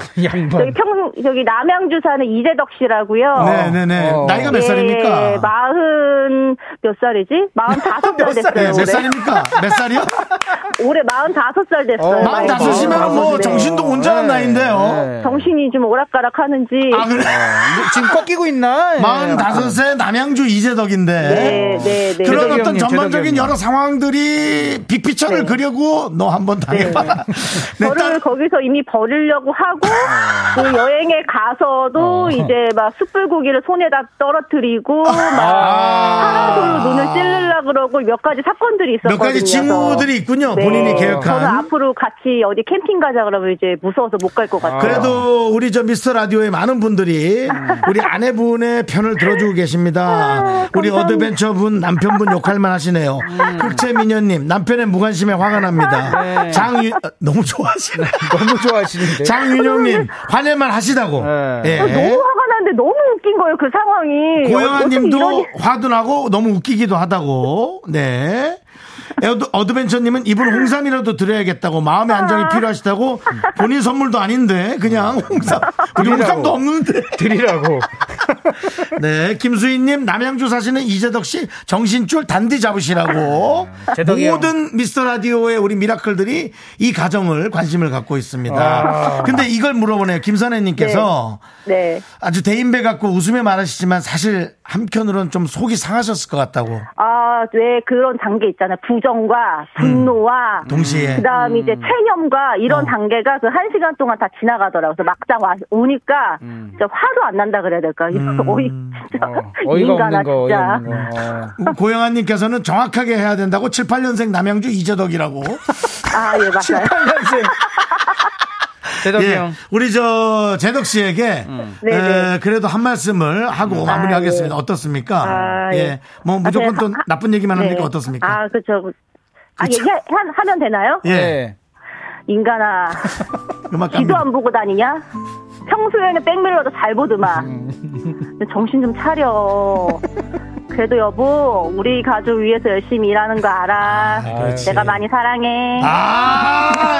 J: 저기 평 저기 남양주 사는 이재덕 씨라고요.
A: 네네네. 나이가
J: 어.
A: 몇
J: 예,
A: 살입니까?
J: 마흔 몇 살이지? 마흔 다섯 살 됐어요.
A: 네,
J: 올해.
A: 몇 살입니까? 몇 살이요?
J: 올해 마흔 다섯 살 됐어요.
A: 마흔 다섯이면 뭐
J: 네.
A: 정신도 온전한 나이인데요.
J: 정신이 좀 오락가락하는지.
A: 아, 그래?
B: 네.
J: 어.
B: 지금 꺾이고 있나? 예.
A: 45세 남양주 이재덕인데
B: 네, 네, 네.
A: 그런
B: 재덕이
A: 어떤
B: 형님, 재덕이
A: 전반적인
B: 형님. 네.
A: 여러 상황들이 빅피처를 그려고 너 한번 당해봐 네,
J: 저를 거기서 이미 버리려고 하고
A: 아.
J: 그 여행에
A: 어.
J: 가서도 이제 막 숯불고기를 손에다 떨어뜨리고
A: 아.
J: 막 파랑으로 눈을 찔르려 그러고 몇 가지 사건들이
A: 몇
J: 있었거든요. 네.
A: 가지 징후들이 있군요,
B: 네.
A: 본인이 계획한.
J: 저는 앞으로 같이 어디 캠핑 가자 그러면 이제 무서워서 못 갈 것 같아요.
A: 그래도 우리 저 미스터 라디오의 많은 분들이 우리 아내분의 편을 들어주고
B: 아,
A: 계십니다. 우리 어드벤처분 남편분 욕할만 하시네요. 흑채미녀님 남편의 무관심에 화가 납니다.
B: 음. 네.
A: 장유 아, 너무 좋아하시네.
B: 너무 좋아하시는데.
A: 장윤영님 화낼만 하시다고.
B: 네.
A: 예.
B: 아,
J: 어, 너무 화가 나는데 너무 웃긴 거예요 그 상황이.
A: 고영아님도
J: 어떻게 이러니-
A: 화도 나고 너무 웃기기도 하다고. 네. 에어드- 어드벤처님은 이분 홍삼이라도 드려야겠다고 마음의 안정이 필요하시다고 본인 선물도 아닌데 그냥 홍삼 우리 홍삼도 없는데
B: 드리라고.
A: 네, 김수희님 남양주 사시는 이재덕 씨 정신줄 단디 잡으시라고
B: 아, 재덕이 형.
A: 모든 미스터 라디오의 우리 미라클들이 이 가정을 관심을 갖고 있습니다.
B: 아.
A: 근데 이걸 물어보네요. 김선혜님께서
J: 네.
A: 아주 대인배 같고 웃음에 말하시지만 사실 한편으론 좀 속이 상하셨을 것 같다고.
J: 아, 왜 그런 단계 있잖아요. 부정과 분노와
A: 동시에.
J: 그다음 에 이제 체념과 이런 단계가 그 한 시간 동안 다 지나가더라고요. 그래서 막상 와, 오니까 진짜 화도 안 난다 그래야 될까? 어이 진짜
B: 어이가
J: 인간아,
B: 없는 거,
J: 진짜.
B: 어이가 없는 거.
A: 고영아님께서는 정확하게 해야 된다고 7, 8년생 남양주 이재덕이라고.
J: 아, 예, 맞아요.
B: 8년생. 재덕이
A: 예,
B: 형.
A: 우리 저 재덕 씨에게
J: 네,
A: 에,
J: 네.
A: 그래도 한 말씀을 하고
J: 아,
A: 마무리하겠습니다. 어떻습니까?
J: 아,
A: 예.
J: 예.
A: 뭐 무조건
J: 아,
A: 또
J: 네.
A: 나쁜 얘기만
J: 네.
A: 하니까 어떻습니까?
J: 아, 그렇죠. 아, 얘기 하면 되나요?
A: 예.
B: 네.
J: 인간아,
A: 음악
J: 지도
A: 갑니다.
J: 안 보고 다니냐? 평소에는 백밀러도 잘 보더만. 정신 좀 차려. 그래도 여보, 우리 가족 위해서 열심히 일하는 거 알아.
A: 그렇지.
J: 내가 많이 사랑해.
A: 아,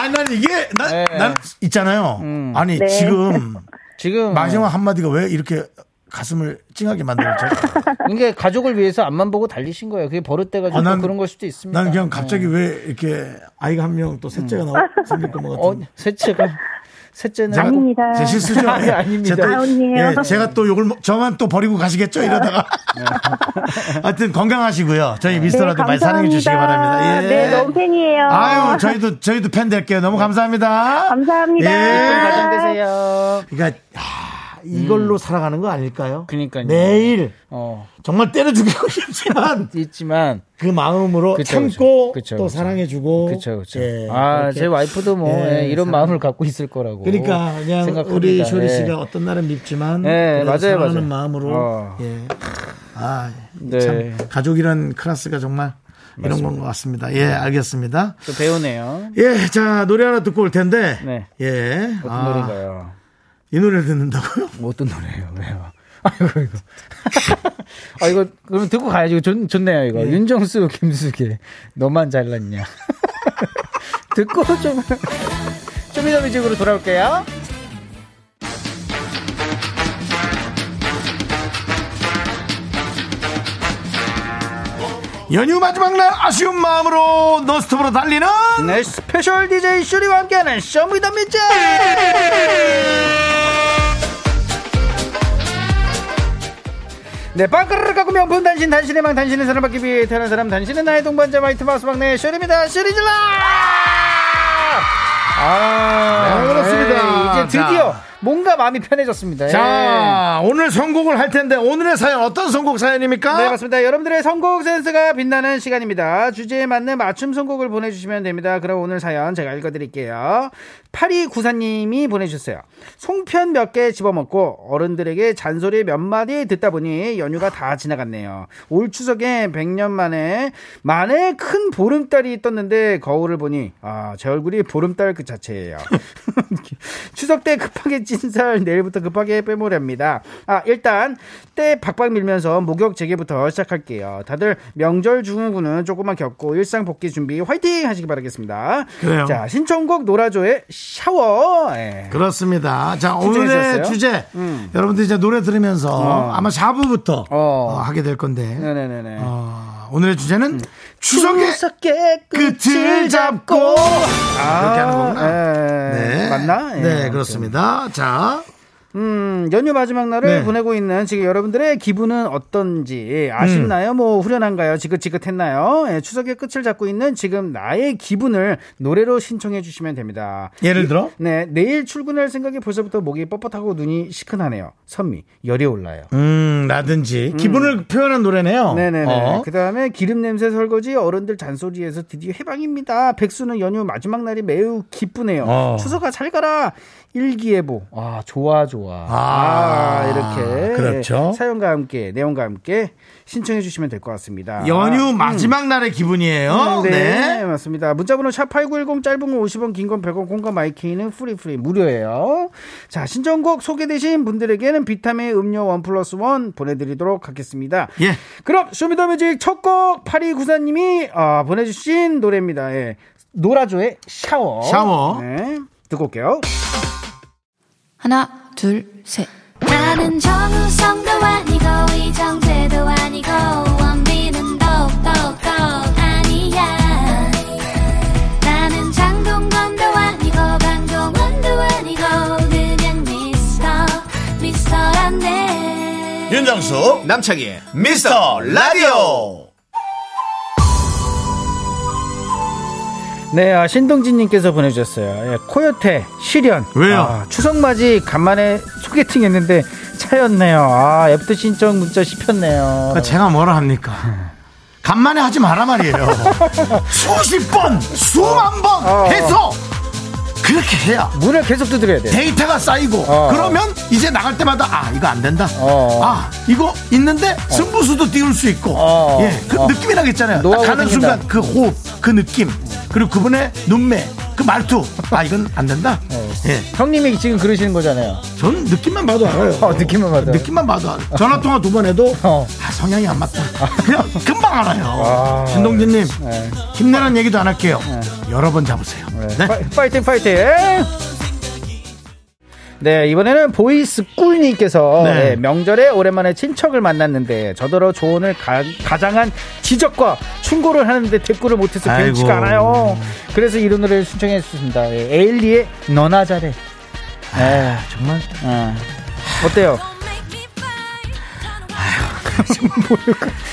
A: 아니 난 이게 난, 난 있잖아요. 아니
J: 네.
A: 지금
L: 지금
A: 마지막 한마디가 왜 이렇게 가슴을 찡하게 만들죠?
L: 이게 가족을 위해서 앞만 보고 달리신 거예요. 그게 버릇돼가지고
A: 아, 난-
L: 그런 걸 수도 있습니다.
A: 나는 그냥
L: 네.
A: 갑자기 왜 이렇게 아이가 한 명 또 셋째가 나와 생길 것만 같은.
L: 어, 셋째가 셋째는
A: 제가-
L: 음. 아닙니다.
A: 제 실수죠.
L: 아니,
A: 예.
L: 아닙니다.
A: 제가 또-
L: 아니에요.
A: 예, 제가 또 욕을 먹- 저만 또 버리고 가시겠죠 이러다가.
L: 네.
A: 하여튼 건강하시고요. 저희 미스터라도 많이 사랑해 주시기 바랍니다. 예.
J: 네, 너무 팬이에요.
A: 아유, 저희도 저희도 팬 될게요. 너무 감사합니다.
J: 감사합니다.
A: 예.
L: 되세요.
A: 그러니까 하, 이걸로 살아가는 거 아닐까요?
L: 음. 그러니까요.
A: 매일
L: 어.
A: 정말 때려 죽이고 싶지만
L: 있지만
A: 그 마음으로
L: 그쵸,
A: 참고
L: 그쵸,
A: 또
L: 그쵸.
A: 사랑해주고
L: 그쵸, 그쵸.
A: 예,
L: 아,
A: 그렇게.
L: 제 와이프도 뭐
A: 예,
L: 예, 이런
A: 사랑-
L: 마음을 갖고 있을 거라고.
A: 그러니까 그냥
L: 생각합니다.
A: 우리 쇼리
L: 예.
A: 씨가 어떤 날은 밉지만
L: 예,
A: 그래도
L: 맞아요,
A: 사랑하는
L: 맞아요.
A: 마음으로
L: 어.
A: 예. 아,
L: 네.
A: 참 가족이란 클라스가 정말 이런
L: 맞습니다. 네.
A: 건 것 같습니다. 예, 알겠습니다.
L: 또 배우네요.
A: 예, 자 노래 하나 듣고 올 텐데.
L: 네.
A: 예,
L: 어떤
A: 아,
L: 노래가요?
A: 이 노래를 듣는다고요?
L: 어떤 노래예요? 왜요? 아이고 이거. 아 이거 그럼 듣고 가야지. 이거 좋, 좋네요 이거. 윤정수 김숙의 너만 잘났냐. 듣고 좀 좀이더 뮤직으로 돌아올게요.
A: 연휴 마지막 날 아쉬운 마음으로 논스톱으로 달리는
B: 네, 스페셜 DJ 쇼리와 함께하는 쇼미더 뮤직! 네, 빵가루를 갖고 명품 단신, 단신의 망, 단신의 사람 받기 위해 태어난 사람, 단신의 나의 동반자, 마이트 마우스 막내 쇼리입니다. 쇼리질라! 아,
A: 네, 그렇습니다.
L: 이제 드디어 네.
A: 자.
L: 뭔가 마음이 편해졌습니다.
B: 예.
A: 자, 오늘 선곡을 할 텐데 오늘의 사연 어떤 선곡 사연입니까?
B: 네, 맞습니다. 여러분들의 선곡 센스가 빛나는 시간입니다. 주제에 맞는 맞춤 선곡을 보내주시면 됩니다. 그럼 오늘 사연 제가 읽어드릴게요. 8294님이 보내주셨어요. 송편 몇 개 집어먹고 어른들에게 잔소리 몇 마디 듣다 보니 연휴가 다 지나갔네요. 올 추석에 100년 만에 만에 큰 보름달이 떴는데 거울을 보니 아, 제 얼굴이 보름달 그 자체예요. 추석 때 급하게 찐 살 내일부터 급하게 빼모렵니다. 아 일단 때 박박 밀면서 목욕 재개부터 시작할게요. 다들 명절 중후군은 조금만 겪고 일상 복귀 준비 화이팅 하시기 바라겠습니다.
A: 그래요.
B: 자 신청곡 노라조의 샤워. 예.
A: 네. 그렇습니다. 자,
B: 신청해주셨어요?
A: 오늘의 주제.
B: 음.
A: 여러분들 이제 노래 들으면서
B: 어.
A: 아마 4부부터 어, 하게 될 건데.
B: 네네네네. 음.
A: 어, 오늘의 주제는 추석의
B: 끝을 잡고 아,
A: 이렇게 하는 거구나.
B: 예. 맞나? 예,
A: 네,
B: 아무튼.
A: 그렇습니다. 자.
B: 음, 연휴 마지막 날을
A: 네.
B: 보내고 있는 지금 여러분들의 기분은 어떤지 아쉽나요?
A: 음.
B: 뭐 후련한가요? 지긋지긋했나요? 예, 추석의 끝을 잡고 있는 지금 나의 기분을 노래로 신청해 주시면 됩니다.
A: 예를 들어?
B: 네, 내일 출근할 생각에 벌써부터 목이 뻣뻣하고 눈이 시큰하네요. 선미, 열이 올라요.
A: 음, 라든지. 기분을 표현한 노래네요.
B: 네네네.
A: 어.
B: 그 다음에 기름 냄새 설거지 어른들 잔소리에서 드디어 해방입니다. 백수는 연휴 마지막 날이 매우 기쁘네요.
L: 어.
B: 추석아 잘 가라. 일기예보.
L: 아 좋아 좋아.
B: 아, 이렇게
A: 그렇죠.
B: 사연과 함께 내용과 함께 신청해 주시면 될 것 같습니다.
A: 연휴
B: 음.
A: 마지막 날의 기분이에요.
B: 음, 네,
A: 네.
B: 맞습니다. 문자번호 샵 8910 짧은 건 50원, 긴 건 100원, 공과 마이케이는 프리프리 무료예요. 자, 신청곡 소개되신 분들에게는 비타민 음료 원 플러스 원 보내드리도록 하겠습니다.
A: 예.
B: 그럼 쇼미더뮤직 첫 곡 8294님이 아, 보내주신 노래입니다. 예. 노라조의 샤워.
N: 샤워.
B: 네, 듣고 올게요.
N: 하나, 둘, 셋.
F: 나는 정우성도 아니고 이정재도 아니고 원빈은 더욱더 아니야 나는 장동건도 아니고 방종원도 아니고 그냥 미스터 미스터란데
G: 윤정수 남창희 미스터 라디오
B: 네, 아, 신동진님께서 보내주셨어요. 예, 코요태, 시련.
A: 왜요?
B: 아, 추석맞이 간만에 소개팅 했는데 차였네요. 아, 애프터 신청 문자 씹혔네요.
A: 그러니까 제가 뭐라 합니까? 간만에 하지 마라 말이에요. 수십 번, 수만 번
L: 어.
A: 해서 그렇게 해야
B: 문을 계속 두드려야 돼.
A: 데이터가 쌓이고
L: 어.
A: 그러면 이제 나갈 때마다 아 이거 안 된다. 아 이거 있는데 승부수도 띄울 수 있고 예, 그
L: 어.
A: 느낌이 나겠잖아요. 딱
L: 노하우가
A: 가는
L: 생긴다.
A: 순간 그 호흡, 그 느낌 그리고 그분의 눈매 그 말투. 아, 이건 안 된다?
L: 어.
A: 예.
L: 형님이 지금 그러시는 거잖아요.
A: 저는 느낌만 봐도 알아요.
L: 어, 느낌만 봐도.
A: 느낌만 봐도 알아요. 전화통화 두 번 해도 아, 성향이 안 맞다. 그냥 금방 알아요. 신동진님,
B: 네.
A: 힘내란 얘기도 안 할게요. 여러 번 잡으세요. 네.
B: 파이팅 파이팅. 네 이번에는 보이스 꿀님께서
A: 네.
B: 네, 명절에 오랜만에 친척을 만났는데 저더러 조언을 가, 가장한 지적과 충고를 하는데 대꾸를 못해서
L: 아이고.
B: 배우지가 않아요. 그래서 이 노래를 신청해 주셨습니다. 예, 에일리의 너나 잘해. 아,
A: 정말.
B: 어때요?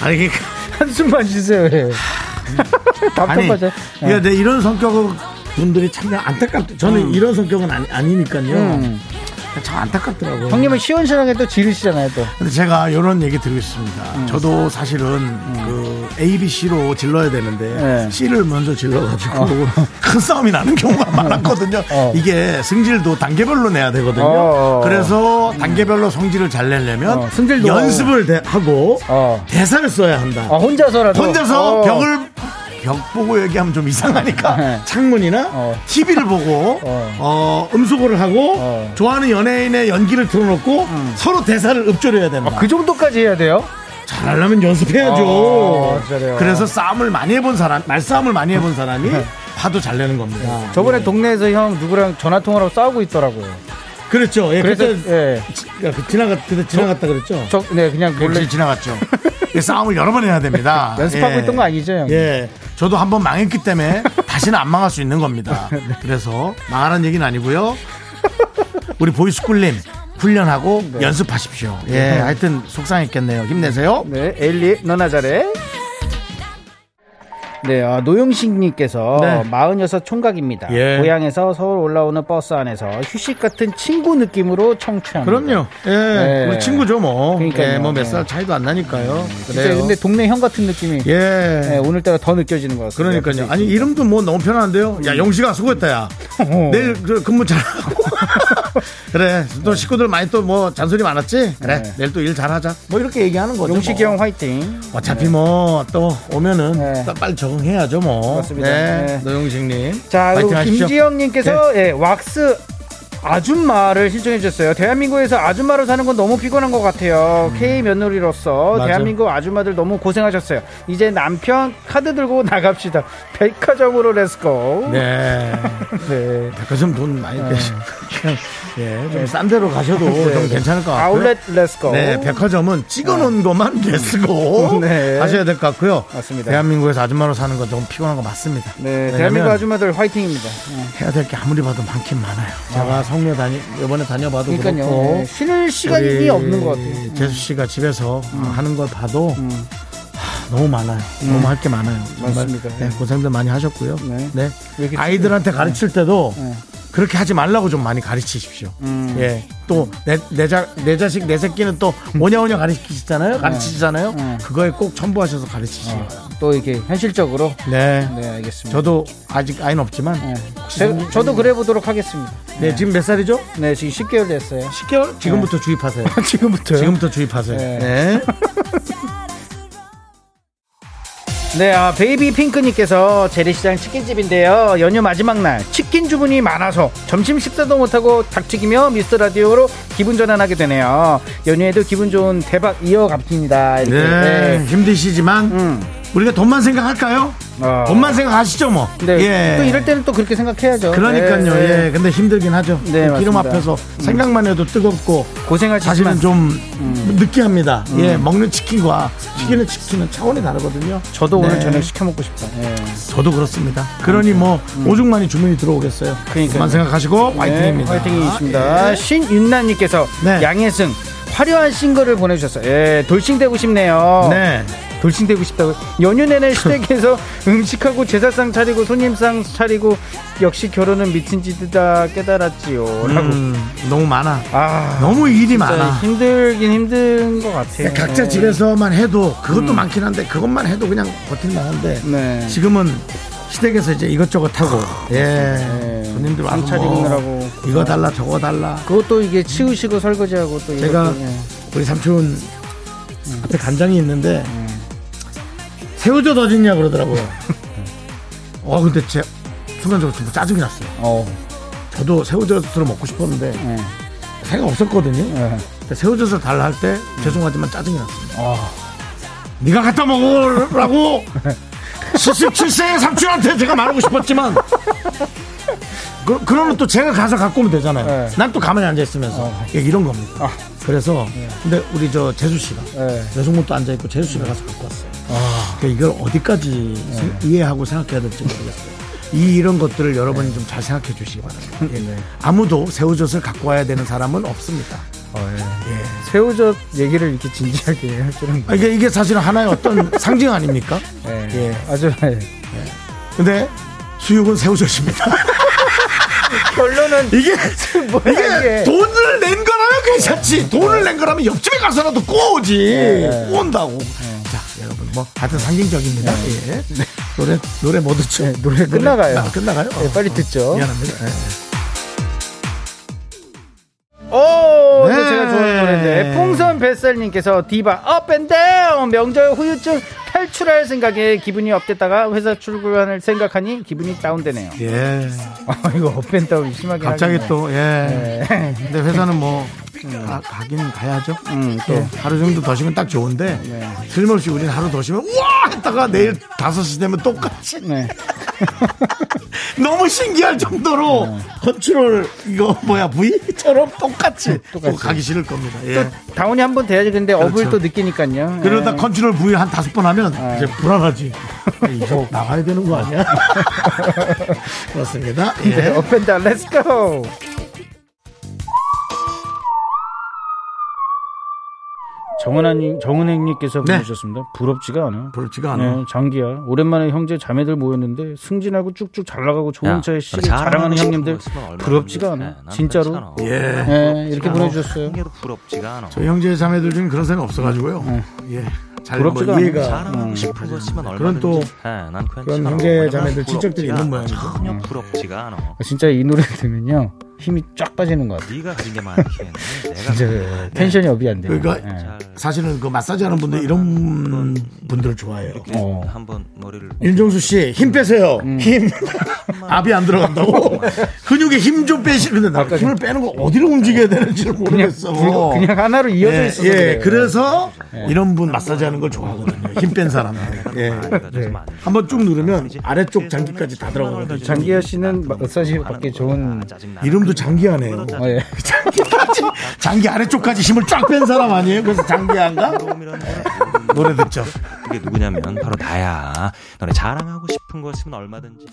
A: 아니, 그, 이게
L: 한숨만 쉬세요. 예.
A: 아니,
L: 답답하죠.
B: 예.
A: 그러니까 내 이런 성격은 분들이 참 안타깝다. 저는 이런 성격은 아니, 아니니까요.
L: 음.
A: 참 안타깝더라고요.
L: 형님은 시원시원하게 또 지르시잖아요, 또.
A: 근데 제가 이런 얘기 드리겠습니다.
L: 음.
A: 저도 사실은 그 A, B, C로 질러야 되는데
L: 네.
A: C를 먼저 질러가지고
L: 어.
A: 큰 싸움이 나는 경우가
L: 음.
A: 많았거든요. 이게 승질도 단계별로 내야 되거든요.
L: 어.
A: 그래서 단계별로 성질을 잘 내려면
L: 어, 승질도. 어.
A: 연습을 대- 하고 대사를 써야 한다.
L: 아, 혼자서라도.
A: 혼자서
L: 어. 네.
A: 벽을 벽 보고 얘기하면 좀 이상하니까 창문이나
L: 어.
A: TV를 보고 어, 음소거를 하고
L: 어.
A: 좋아하는 연예인의 연기를 틀어놓고
L: 음.
A: 서로 대사를 읊조려야
L: 아,
A: 된다.
B: 아,
A: 그
L: 정도까지 해야 돼요?
A: 잘하려면 연습해야죠.
L: 어, 잘해요. 네.
A: 그래서 싸움을 많이 해본 사람, 말싸움을 많이 해본 사람이 화도 잘 내는 겁니다.
L: 저번에 동네에서 형 누구랑 전화통화로 싸우고 있더라고요.
A: 그렇죠. 예,
L: 그래서,
A: 그때
L: 예.
A: 지나갔, 그때 지나갔다 그랬죠?
L: 저, 네, 그냥
A: 몰래 지나갔죠. 이 싸움을 여러 번 해야 됩니다.
L: 연습하고 있던 거 아니죠, 형님?
A: 예. 저도 한 번 망했기 때문에 다시는 안 망할 수 있는 겁니다. 그래서 망하라는 얘기는 아니고요. 우리 보이스쿨님 훈련하고 연습하십시오. 예.
B: 네.
A: 하여튼 속상했겠네요. 힘내세요.
B: 네, 엘리 너나 잘해. 네, 아, 노영식님께서
L: 네.
B: 46 총각입니다.
L: 예.
B: 고향에서 서울 올라오는 버스 안에서 휴식 같은 친구 느낌으로 청취합니다.
A: 그럼요. 예. 우리 친구죠, 뭐.
B: 그러니까요.
A: 예, 뭐 몇 살 차이도 안 나니까요.
B: 진짜 근데 동네 형 같은 느낌이
A: 예.
B: 네, 오늘따라 더 느껴지는 것 같습니다. 음.
A: 그러니까요. 아니 이름도 뭐 너무 편한데요. 야 영식아 수고했다 야.
B: 어.
A: 내일 그 근무 잘하고. 그래 또 식구들 많이 또 뭐 잔소리 많았지. 그래
B: 네.
A: 내일 또 일 잘하자. 뭐 이렇게 얘기하는 거죠.
B: 용식이
A: 뭐.
B: 형 화이팅.
A: 어차피 뭐 또 오면은 또 빨리 적응해야죠 뭐.
B: 맞습니다. 네.
A: 노영식님.
B: 자, 그리고
A: 파이팅 하십시오. 네.
B: 김지영님께서 예, 왁스 아줌마를 신청해 주셨어요. 대한민국에서 아줌마로 사는 건 너무 피곤한 것 같아요.
A: 음.
B: K 며느리로서
L: 맞아.
B: 대한민국 아줌마들 너무 고생하셨어요. 이제 남편 카드 들고 나갑시다. 백화점으로 렛츠고.
A: 네. 네. 백화점 돈 많이
B: 네.
A: 내시. 그냥 예, 좀싼 데로 가셔도 좀 괜찮을 것 같아요.
B: 아울렛 렛츠고.
A: 네, 백화점은 찍어놓은 것만 내쓰고
B: 음. 네.
A: 하셔야 될 것 같고요.
B: 맞습니다.
A: 대한민국에서 아줌마로 사는 건 너무 피곤한 거 맞습니다.
B: 네,
A: 왜냐면
B: 대한민국 아줌마들 화이팅입니다.
A: 해야 될 게 아무리 봐도 많긴 많아요. 제가 성녀 다니 이번에 다녀봐도
B: 그러니까요.
A: 그렇고
B: 네, 쉬는 시간이
A: 우리
B: 없는 것 같아요. 음.
A: 재수 씨가 집에서 하는 걸 봐도 하, 너무 많아요. 너무 할 게 많아요. 정말
B: 음. 맞습니다.
A: 네, 고생들 많이 하셨고요. 네.
B: 왜 이렇게 네.
A: 아이들한테 가르칠 때도 그렇게 하지 말라고 좀 많이 가르치십시오.
B: 음.
A: 예. 또, 내, 내, 자, 내 자식, 내 새끼는 또, 오냐오냐
B: 네.
A: 가르치시잖아요? 가르치잖아요? 그거에 꼭 첨부하셔서 가르치시오.
B: 어. 또 이렇게 현실적으로.
A: 네.
B: 네, 알겠습니다. 네.
A: 저도 아직 아이는 없지만. 혹시
B: 제-
A: 좀-
B: 저도 그래 보도록 하겠습니다.
A: 네, 지금 몇 살이죠?
B: 네, 지금 10개월 됐어요.
A: 10개월? 지금부터 주입하세요.
B: 지금부터요?
A: 지금부터 주입하세요.
B: 네.
A: 네.
B: 네, 아, 베이비 핑크님께서 재래시장 치킨집인데요. 연휴 마지막 날 치킨 주문이 많아서 점심 식사도 못하고 닭튀기며 미스 라디오로 기분 전환하게 되네요. 연휴에도 기분 좋은 대박 이어갑니다. 이렇게.
A: 네,
B: 네. 음,
A: 힘드시지만 우리가 돈만 생각할까요?
B: 어.
A: 돈만 생각하시죠 뭐.
B: 네,
A: 예.
B: 또 이럴 때는 또 그렇게 생각해야죠.
A: 그러니까요.
B: 네, 네.
A: 예. 근데 힘들긴 하죠.
B: 네,
A: 그 기름
B: 맞습니다.
A: 앞에서
B: 음.
A: 생각만 해도 뜨겁고
B: 고생하시지만.
A: 사실은 좀 느끼합니다.
B: 음.
A: 예. 먹는 치킨과 튀기는 치킨은 차원이 다르거든요.
B: 저도 오늘
A: 네.
B: 저녁 시켜 먹고 싶다. 예.
A: 저도 그렇습니다. 그러니 뭐 오죽만이 주문이 들어오겠어요.
B: 음. 그러니까요.
A: 그만 생각하시고
B: 네,
A: 화이팅입니다.
B: 화이팅이십니다.
A: 예. 네.
B: 신윤나님께서 양혜승 화려한 싱글을 보내주셨어요. 예, 돌싱되고 싶네요.
A: 네.
B: 돌싱되고 싶다고. 연휴 내내 시댁에서 음식하고 제사상 차리고 손님상 차리고 역시 결혼은 미친 짓이다 깨달았지요. 라고.
A: 음, 너무 많아.
B: 아,
A: 너무 일이
B: 진짜
A: 많아. 네,
B: 힘들긴 음. 힘든 것 같아요.
A: 각자 집에서만 해도 그것도
B: 음.
A: 많긴 한데 그것만 해도 그냥 버틸 만한데
B: 네.
A: 지금은 시댁에서 이제 이것저것 하고
B: 아,
A: 예
B: 네.
A: 손님들 와서
B: 상차
A: 뭐
B: 입느라고.
A: 이거 달라 저거 달라
B: 그것도 이게 치우시고 설거지하고 또
A: 제가
B: 이것도, 예.
A: 우리 삼촌 앞에 간장이 있는데 새우젓 어딨냐 그러더라고요 어 근데 제 순간적으로 좀 짜증이 났어요. 저도 새우젓으로 먹고 싶었는데 생각 없었거든요.
B: 예.
A: 근데 새우젓을 달라 할 때 죄송하지만 짜증이 났습니다. 음. 아. 네가 갖다 먹으라고 77세 삼촌한테 제가 말하고 싶었지만 그, 그러면 또 제가 가서 갖고 오면 되잖아요. 난 또 가만히 앉아 있으면서 예, 이런 겁니다. 그래서 근데 우리 저 재수 씨가 여성분도 앉아 있고 재수 씨가 가서 갖고 왔어요. 그러니까 이걸 어디까지 생- 이해하고 생각해야 될지 모르겠어요. 이 이런 것들을 여러분이 좀 잘 생각해 주시기 바랍니다. 예. 아무도 새우젓을 갖고 와야 되는 사람은 없습니다. 예.
B: 예.
L: 새우젓 얘기를 이렇게 진지하게 할 줄은
A: 아, 이게 이게 사실은 하나의 어떤 상징 아닙니까? 예.
L: 아주
A: 근데 수육은 새우젓입니다.
B: 결론은
A: 이게
B: 뭐야,
A: 이게,
B: 이게. 네.
A: 돈을 낸 거라면 괜찮지. 돈을 낸 거라면 옆집에 가서라도 꼬오지.
B: 네.
G: 예.
A: 꼬온다고. 자, 여러분 뭐 하여튼 상징적입니다.
B: 네.
A: 예. 노래 노래 뭐 듣죠?
L: 노래
B: 끝나가요.
A: 아, 끝나가요?
B: 예, 빨리 듣죠.
A: 미안합니다. 예.
B: 오, 이거
A: 네.
B: 제가 좋아하는 노래인데. 풍선 뱃살님께서 디바 업앤다운 명절 후유증 탈출할 생각에 기분이 업됐다가 회사 출근을 생각하니 기분이 다운되네요.
A: 예.
B: 아, 이거 업앤다운이 심하게
A: 갑자기
B: 하겠네.
A: 또 예.
B: 네.
A: 근데 회사는 뭐 가, 가긴 가야죠. 음, 또 네. 하루 정도 더 쉬면 딱 좋은데 틀림없이 우리는 하루 더 쉬면 우와 했다가 내일 5시 되면 똑같이
B: 네.
A: 너무 신기할 정도로 컨트롤 이거 뭐야 V처럼 똑같이, 또 가기 싫을 겁니다. 예.
B: 또 다운이 한 번 돼야지 근데 업을
A: 그렇죠.
B: 또 느끼니까요.
A: 그러다
B: 예.
A: 컨트롤 V 한 다섯 번 하면 이제 불안하지. 이거 나가야 되는 거 아니야? 그렇습니다. 예.
B: 네, 업앤다운 렛츠고!
L: 정은아님, 정은행님께서
A: 네.
L: 보내주셨습니다. 부럽지가 않아.
A: 부럽지가
L: 않아. 장기야. 오랜만에 형제 자매들 모였는데 승진하고 쭉쭉 잘 나가고 좋은 차에 시계 자랑하는 형님들 부럽지가 네, 않아. 진짜로.
A: 예. 그렇죠.
L: 예, 이렇게 보내주셨어요.
N: 부럽지가 않아.
A: 저희 형제 자매들 중에 그런 사람이 없어가지고요. 예. 잘뭐
N: 부럽지가 않아요.
A: 이해가
N: 자랑하고
A: 음,
N: 싶은
A: 가지
N: 것이면
A: 않아요.
N: 얼마든지.
A: 그런 또
N: 예, 난 그냥
A: 그런
N: 자랑하고
A: 형제
N: 그냥
A: 자매들 친척들이
N: 부럽지가
A: 있는 모양이죠
N: 않아. 전혀 부럽지가 않아.
L: 진짜 이 노래 들으면요. 힘이 쫙 빠지는 것 같아요.
N: 네가 가진 게 많긴 해. 내가
L: 진짜 그
N: 가진 게
L: 텐션이 업이 안
B: 네.
L: 돼요.
A: 그러니까 사실은 그 마사지 하는 분들 이런 분들을 좋아해요.
N: 이렇게 한번 머리를
A: 윤종수 씨, 힘 빼세요. 힘. 압이 안 들어간다고. 근육에 힘 좀 빼시는데 나 힘을 빼는 거 어디로 움직여야 되는지를 모르겠어.
B: 그냥- 그냥 하나로 이어져
A: 예,
B: 있어서
A: 예,
B: 그래요.
A: 그래서 이런 분 마사지 하는 걸 좋아하거든요. 힘 뺀 사람들. 예. 네. 한번 쭉 누르면 아래쪽 장기까지 다 들어가거든요.
L: 장기하 씨는 마사지 받기 좋은
N: 아, 그
A: 이름도 장기하네요.
L: 어, 예.
A: 장기까지, 장기 아래쪽까지 힘을 쫙 뺀 사람 아니에요? 그래서 장기한가? 노래 듣죠.
N: 그게 누구냐면 바로 나야. 너네 자랑하고 싶은 거 있으면 얼마든지.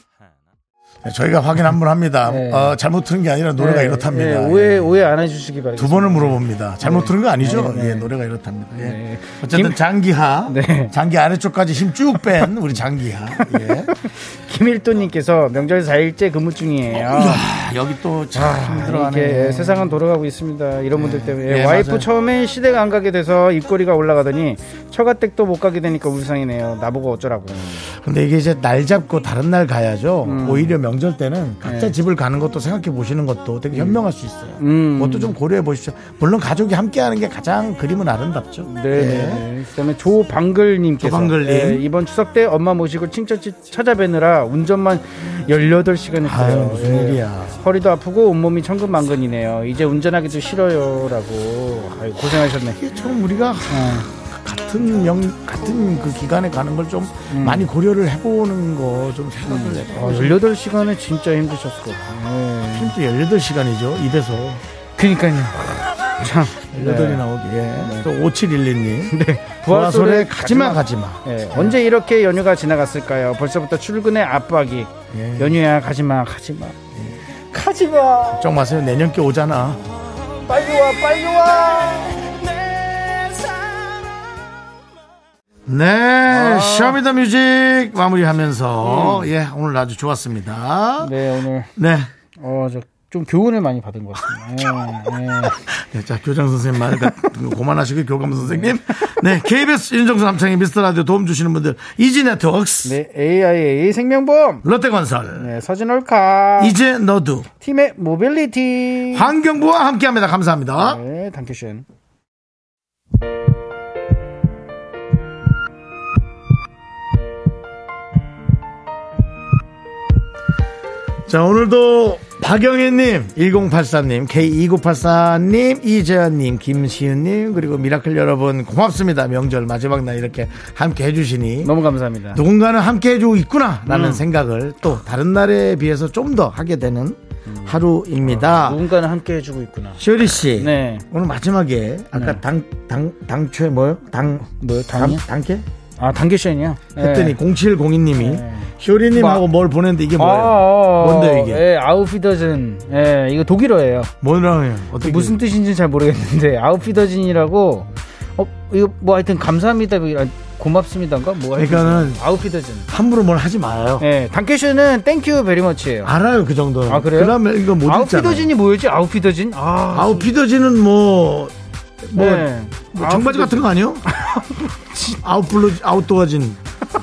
A: 네, 저희가 확인 한 번 합니다.
L: 네.
A: 어, 잘못 들은 게 아니라 노래가
L: 예,
A: 이렇답니다.
L: 예,
A: 예.
L: 오해 오해 안 해주시기 바랍니다.
A: 두 번을 물어봅니다. 잘못 들은 거 아니죠?
L: 네, 네.
A: 예, 노래가 이렇답니다. 예. 어쨌든 장기하, 장기 아래쪽까지 힘 쭉 뺀 우리 장기하. 예.
B: 김일도님께서 명절 4일째 근무 중이에요.
A: 어, 아, 여기 또
B: 힘들어하네. 아, 이게 세상은 돌아가고 있습니다. 이런 분들 때문에
L: 예,
B: 와이프
L: 맞아요.
B: 처음에 시댁 안 가게 돼서 입꼬리가 올라가더니 처가댁도 못 가게 되니까 울상이네요. 나보고 어쩌라고.
A: 근데 이게 이제 날 잡고 다른 날 가야죠.
L: 음.
A: 오히려 명절 때는 각자
B: 네.
A: 집을 가는 것도 생각해 보시는 것도
L: 음.
A: 되게 현명할 수 있어요.
B: 음.
A: 그것도 좀 고려해 보십시오. 물론 가족이 함께 하는 게 가장 그림은 아름답죠.
B: 네. 네. 그다음에 조방글님께서
A: 예. 조방글님.
B: 예, 이번 추석 때 엄마 모시고 친척집 찾아뵈느라 운전만 18시간을
A: 아유,
B: 했어요.
A: 무슨 일이야.
B: 허리도 아프고 온몸이 천근만근이네요. 이제 운전하기도 싫어요라고. 아유, 고생하셨네.
A: 좀 우리가 어. 같은 영 같은 그 기간에 가는 걸 좀 많이 고려를 해보는 거 좀 생각을 해.
B: 아, 18시간에 진짜 네. 힘드셨을 것 같아요.
A: 힘도 18시간이죠. 입에서.
L: 그니까요.
B: 참.
A: 18이 나오기. 예. 또 5712님.
B: 부하솔에
A: 부하솔에 네. 가지마, 가지마.
B: 예, 언제 이렇게 연휴가 지나갔을까요? 벌써부터 출근의 압박이.
A: 예.
B: 연휴야 가지마 가지마. 가지마.
A: 걱정 마세요. 내년께 오잖아.
B: 빨리 와 빨리 와.
A: 네. 쇼미더 뮤직 마무리하면서. 예. 오늘 아주 좋았습니다.
L: 네 오늘
A: 네.
L: 어저좀 교훈을 많이 받은 것 같습니다. 예, 예.
A: 네, 자, 교장 선생님 말 같은 거 고만하시고 교감 선생님. 네. KBS 윤정수 남창의 미스터 라디오 도움 주시는 분들. 이지 네트워크스.
B: 네. AIA 생명보험.
A: 롯데건설.
B: 네, 서진올카.
A: 이제 너도.
B: 팀의 모빌리티.
A: 환경부와 함께 합니다. 감사합니다.
B: 네, 당큐슌.
A: 자, 오늘도 박영애님, 1083님, K2984님, 이재현님, 김시은님, 그리고 미라클 여러분 고맙습니다. 명절 마지막 날 이렇게 함께 해주시니.
B: 너무 감사합니다.
A: 누군가는 함께 해주고 있구나라는
B: 음.
A: 생각을 또 다른 날에 비해서 좀 더 하게 되는 하루입니다.
B: 아, 누군가는 네. 함께 해주고 있구나.
A: 쇼리 씨, 오늘 마지막에 아까
B: 네.
A: 당, 당, 당초에 뭐요? 당, 뭐요? 당, 당캐?
B: 아, 당캐 쇼이요?
A: 했더니
B: 네.
A: 0702님이 쇼리님하고 뭘 보냈는데 이게 뭐예요?
B: 아,
A: 뭔데요 이게?
B: 예, 아웃피더즌. 예, 이거 독일어예요.
A: 뭐라요? 어떻게
B: 무슨 뜻인지 잘 모르겠는데 아웃피더즌이라고 어, 이거 뭐 하여튼 감사합니다. 아, 고맙습니다인가? 뭐 하여튼
A: 그러니까는
B: 아웃피더즌.
A: 함부로 뭘 하지 말아요.
B: 예, 단캐쇼는 땡큐 베리머치예요.
A: 알아요 그 정도는.
B: 그러니까. 아, 그래요?
A: 다음에 이거 못 읽잖아요.
B: 아웃피더진이 뭐였지? 아웃피더진? 아,
A: 아웃피더진은 뭐, 뭐,
B: 네.
A: 뭐 청바지
B: 아웃피더진.
A: 같은 거 아니요? 아웃블루 아웃도어진.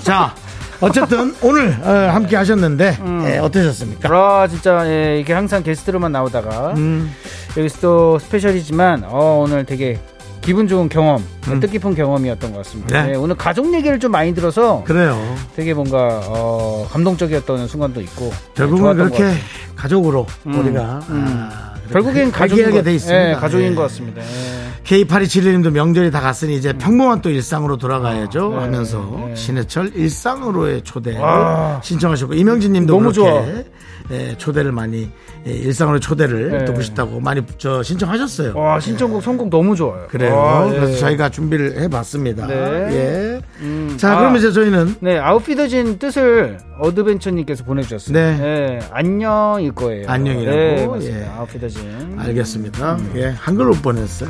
A: 자, 어쨌든 오늘 어, 함께 하셨는데
B: 음.
A: 예, 어떠셨습니까?
B: 아, 진짜 예, 이게 항상 게스트로만 나오다가
A: 음.
B: 여기서 또 스페셜이지만 어, 오늘 되게 기분 좋은 경험, 뜻깊은 경험이었던 것 같습니다.
A: 음. 네.
B: 예, 오늘 가족 얘기를 좀 많이 들어서
A: 그래요.
B: 되게 뭔가 어, 감동적이었던 순간도 있고 네,
A: 결국은
B: 좋았던 것
A: 그렇게
B: 같아요.
A: 가족으로
B: 음,
A: 우리가
B: 음.
A: 아,
B: 결국엔
A: 가-
B: 가족인
A: 얘기하게
B: 것-
A: 돼 있습니다.
B: 예, 가족인
A: 예.
B: 것 같습니다. 예.
A: K8271님도 명절이 다 갔으니 이제
B: 음.
A: 평범한 또 일상으로 돌아가야죠 하면서 신해철 일상으로의 초대
B: 네. 와.
A: 를 신청하셨고 이명진님도
B: 너무
A: 그렇게 예, 초대를 많이 예, 일상으로 초대를
B: 예.
A: 듣고 싶다고 많이 저 신청하셨어요.
B: 와 신청곡 선곡 너무 좋아요.
A: 그래요.
B: 와, 예.
A: 그래서 저희가 준비를 해봤습니다.
B: 네.
A: 예. 자, 그럼 이제 저희는
B: 네 아웃피더진 뜻을 어드벤처님께서 보내주셨어요.
A: 네.
B: 네, 안녕일 거예요.
A: 안녕이라고.
B: 네, 맞습니다.
A: 예.
B: 아웃피더진.
A: 알겠습니다. 예, 한글 못 보냈어요.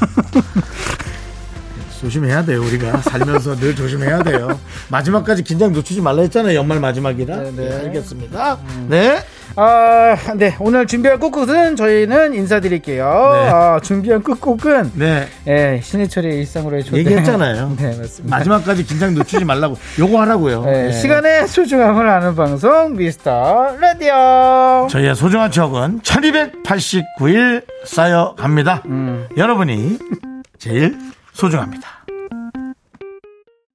A: 조심해야 돼요, 우리가. 살면서 늘 조심해야 돼요. 마지막까지 긴장 놓치지 말라 했잖아요, 연말 마지막이라.
B: 네,
A: 예, 알겠습니다.
B: 음.
A: 네.
B: 아, 네. 오늘 준비한 끝곡은 저희는 인사드릴게요. 아, 준비한 끝곡은
A: 네.
B: 예, 신해철의 일상으로의 초대.
A: 얘기했잖아요.
B: 네, 맞습니다.
A: 마지막까지 긴장 놓치지 말라고. 요거 하라고요.
B: 예,
A: 예.
B: 시간의 소중함을 아는 방송 미스터 라디오.
A: 저희의 소중한 추억은
B: 음.
A: 1289일 쌓여갑니다. 여러분이 제일 소중합니다.